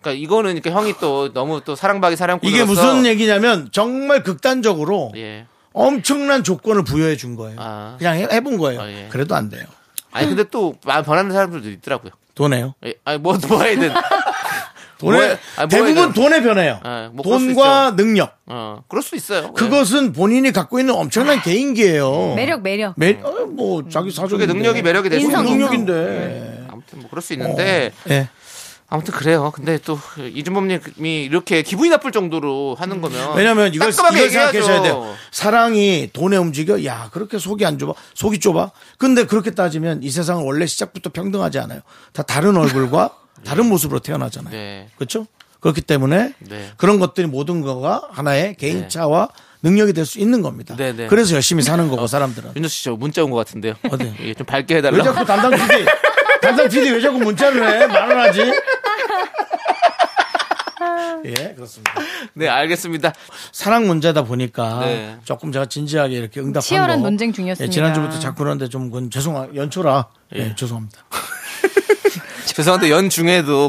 Speaker 2: 그러니까 이거는 이렇게 형이 또 너무 또 사랑박이 사랑꾼
Speaker 1: 이게 무슨 얘기냐면 정말 극단적으로
Speaker 2: 예.
Speaker 1: 엄청난 조건을 부여해 준 거예요.
Speaker 2: 아.
Speaker 1: 그냥 해, 본 거예요.
Speaker 2: 아, 예.
Speaker 1: 그래도 안 돼요.
Speaker 2: 아니 근데 또 마음 변하는 사람들도 있더라고요.
Speaker 1: 돈에요.
Speaker 2: 예. 아니 뭐 뭐하든
Speaker 1: 돈에
Speaker 2: 뭐에- 아니,
Speaker 1: 대부분
Speaker 2: 뭐에든.
Speaker 1: 돈에 변해요.
Speaker 2: 예, 뭐 그럴 수
Speaker 1: 돈과 능력.
Speaker 2: 어 그럴 수 있어요. 예. 아.
Speaker 1: 그것은 본인이 갖고 있는 엄청난 개인기예요.
Speaker 9: 매력, 매력.
Speaker 1: 매- 어, 뭐 자기 사주.
Speaker 2: 그게 능력이 매력이 될수
Speaker 9: 인성,
Speaker 2: 있는
Speaker 9: 능력인데.
Speaker 1: 능력인데.
Speaker 2: 아무튼 뭐 그럴 수 있는데
Speaker 1: 예.
Speaker 2: 아무튼 그래요. 근데 또 이준범님이 이렇게 기분이 나쁠 정도로 하는 거면
Speaker 1: 왜냐면 이걸,
Speaker 2: 깔끔하게
Speaker 1: 이걸 생각하셔야
Speaker 2: 어. 얘기해야죠.
Speaker 1: 돼요. 사랑이 돈에 움직여? 야, 그렇게 속이 안 좁아? 속이 좁아? 근데 그렇게 따지면 이 세상은 원래 시작부터 평등하지 않아요. 다 다른 얼굴과 다른 모습으로 태어나잖아요.
Speaker 2: 네.
Speaker 1: 그렇죠? 그렇기 때문에
Speaker 2: 네.
Speaker 1: 그런 것들이 모든 거가 하나의 개인차와 능력이 될 수 있는 겁니다.
Speaker 2: 네, 네.
Speaker 1: 그래서 열심히 사는 거고 사람들은.
Speaker 2: 윤정 씨저 문자 온 것 같은데요.
Speaker 1: 어디?
Speaker 2: 예, 좀 밝게
Speaker 1: 왜
Speaker 2: 해달라.
Speaker 1: 자꾸 담당 PD, 담당 PD 왜 자꾸 문자를 해? 말을 하지? 예, 그렇습니다.
Speaker 2: 네 알겠습니다.
Speaker 1: 사랑 문제다 보니까
Speaker 2: 네.
Speaker 1: 조금 제가 진지하게 이렇게 응답한
Speaker 9: 치열한
Speaker 1: 거.
Speaker 9: 논쟁 중이었습니다.
Speaker 1: 아,
Speaker 2: 예. 아.
Speaker 1: 예, 지난주부터 자꾸 그러는데 좀 그건 죄송하, 연초라. 예, 죄송합니다.
Speaker 2: 죄송한데 연 중에도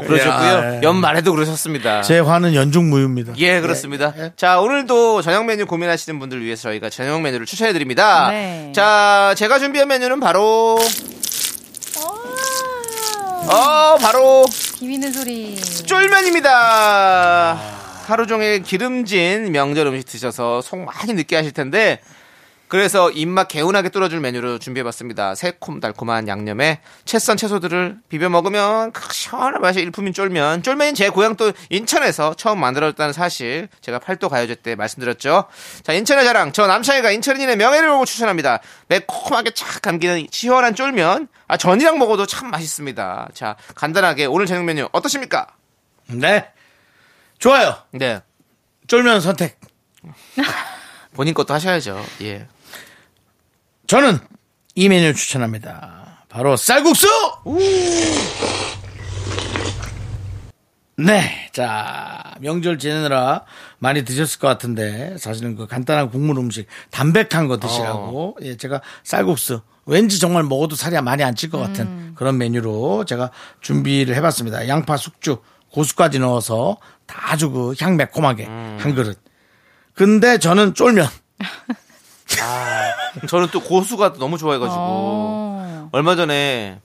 Speaker 1: 야,
Speaker 2: 그러셨고요.
Speaker 1: 예.
Speaker 2: 연 말에도 그러셨습니다.
Speaker 1: 제 화는 연중무휴입니다.
Speaker 2: 예, 그렇습니다. 자, 오늘도 저녁 메뉴 고민하시는 분들 위해서 저희가 저녁 메뉴를 추천해 드립니다.
Speaker 9: 네.
Speaker 2: 자, 제가 준비한 메뉴는 바로 어, 바로
Speaker 9: 아, 비비는 소리.
Speaker 2: 쫄면입니다. 하루 종일 기름진 명절 음식 드셔서 속 많이 느끼 하실 텐데 그래서 입맛 개운하게 뚫어줄 메뉴로 준비해봤습니다. 새콤달콤한 양념에 채썬 채소들을 비벼 먹으면 그 시원한 맛이 일품인 쫄면. 쫄면이 제 고향 또 인천에서 처음 만들어졌다는 사실 제가 팔도 가요제 때 말씀드렸죠. 자 인천의 자랑 저 남창희가 인천인의 명예를 보고 추천합니다. 매콤하게 착 감기는 시원한 쫄면. 아 전이랑 먹어도 참 맛있습니다. 자 간단하게 오늘 저녁 메뉴 어떠십니까?
Speaker 1: 네. 좋아요.
Speaker 2: 네.
Speaker 1: 쫄면 선택.
Speaker 2: 본인 것도 하셔야죠. 예.
Speaker 1: 저는 이 메뉴 추천합니다. 바로 쌀국수! 네. 자, 명절 지내느라 많이 드셨을 것 같은데, 사실은 그 간단한 국물 음식, 담백한 거 드시라고, 예, 제가 쌀국수, 왠지 정말 먹어도 살이 많이 안 찔 것 같은 그런 메뉴로 제가 준비를 해봤습니다. 양파, 숙주, 고수까지 넣어서 다 아주 그 향 매콤하게 한 그릇. 근데 저는 쫄면.
Speaker 2: 아, 저는 또 고수가 또 너무
Speaker 9: 어.
Speaker 2: 좋아해가지고 얼마 전에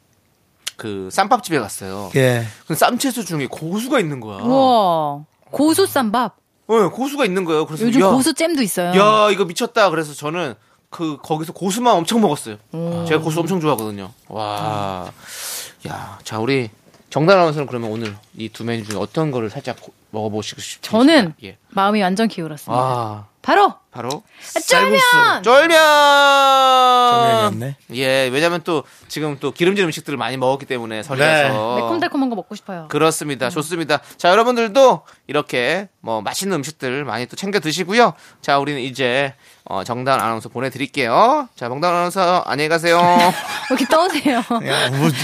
Speaker 2: 그 쌈밥집에 갔어요.
Speaker 1: 예.
Speaker 2: 근데 쌈채소 중에 고수가 있는 거야.
Speaker 9: 우와. 고수 쌈밥.
Speaker 2: 네, 고수가 있는 거예요. 그래서
Speaker 9: 요즘
Speaker 2: 야,
Speaker 9: 고수 잼도 있어요.
Speaker 2: 야 이거 미쳤다. 그래서 저는 그 거기서 고수만 엄청 먹었어요.
Speaker 9: 음.
Speaker 2: 제가 고수 엄청 좋아하거든요. 와, 야, 자 우리 정단 아나운서는 그러면 오늘 이 두 메뉴 중에 어떤 거를 살짝 고- 먹어보시고 싶으세요?
Speaker 9: 저는
Speaker 2: 예.
Speaker 9: 마음이 완전 기울었습니다.
Speaker 2: 아,
Speaker 9: 바로
Speaker 2: 바로
Speaker 9: 쫄면.
Speaker 2: 쫄면.
Speaker 1: 쫄면이었네.
Speaker 2: 예, 왜냐면 또 지금 또 기름진 음식들을 많이 먹었기 때문에
Speaker 1: 네.
Speaker 2: 설레서
Speaker 9: 매콤달콤한 거 먹고 싶어요.
Speaker 2: 어. 그렇습니다. 좋습니다. 자, 여러분들도 이렇게 뭐 맛있는 음식들 많이 또 챙겨 드시고요. 자, 우리는 이제 어, 정단 아나운서 보내드릴게요. 자, 정단 아나운서 안녕히 가세요.
Speaker 9: 여기 떠오세요.
Speaker 1: 야, 뭐지?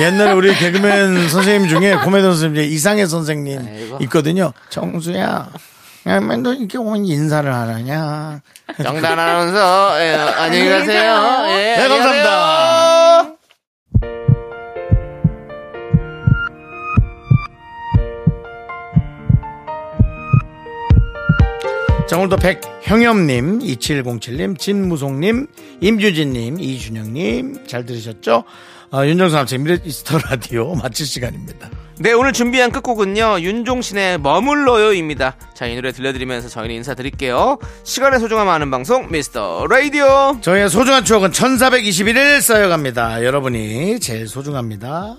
Speaker 1: 옛날에 우리 개그맨 선생님 중에 코미디 선생님 중에 이상해 선생님
Speaker 2: 아이고.
Speaker 1: 있거든요. 정수야. 야, 맨날 이렇게 오면 인사를 하느냐.
Speaker 2: 정단 아나운서 예, 안녕히 가세요. 예,
Speaker 1: 네,
Speaker 2: 안녕히
Speaker 1: 감사합니다.
Speaker 2: 가세요.
Speaker 1: 자, 오늘도 백형엽님, 2707님, 진무송님, 임유진님, 이준영님, 잘 들으셨죠? 어, 윤정수 남친 미스터 라디오 마칠 시간입니다.
Speaker 2: 네, 오늘 준비한 끝곡은요, 윤종신의 머물러요입니다. 자, 이 노래 들려드리면서 저희는 인사드릴게요. 시간의 소중함 아는 방송, 미스터 라디오.
Speaker 1: 저희의 소중한 추억은 1421일 쌓여갑니다. 여러분이 제일 소중합니다.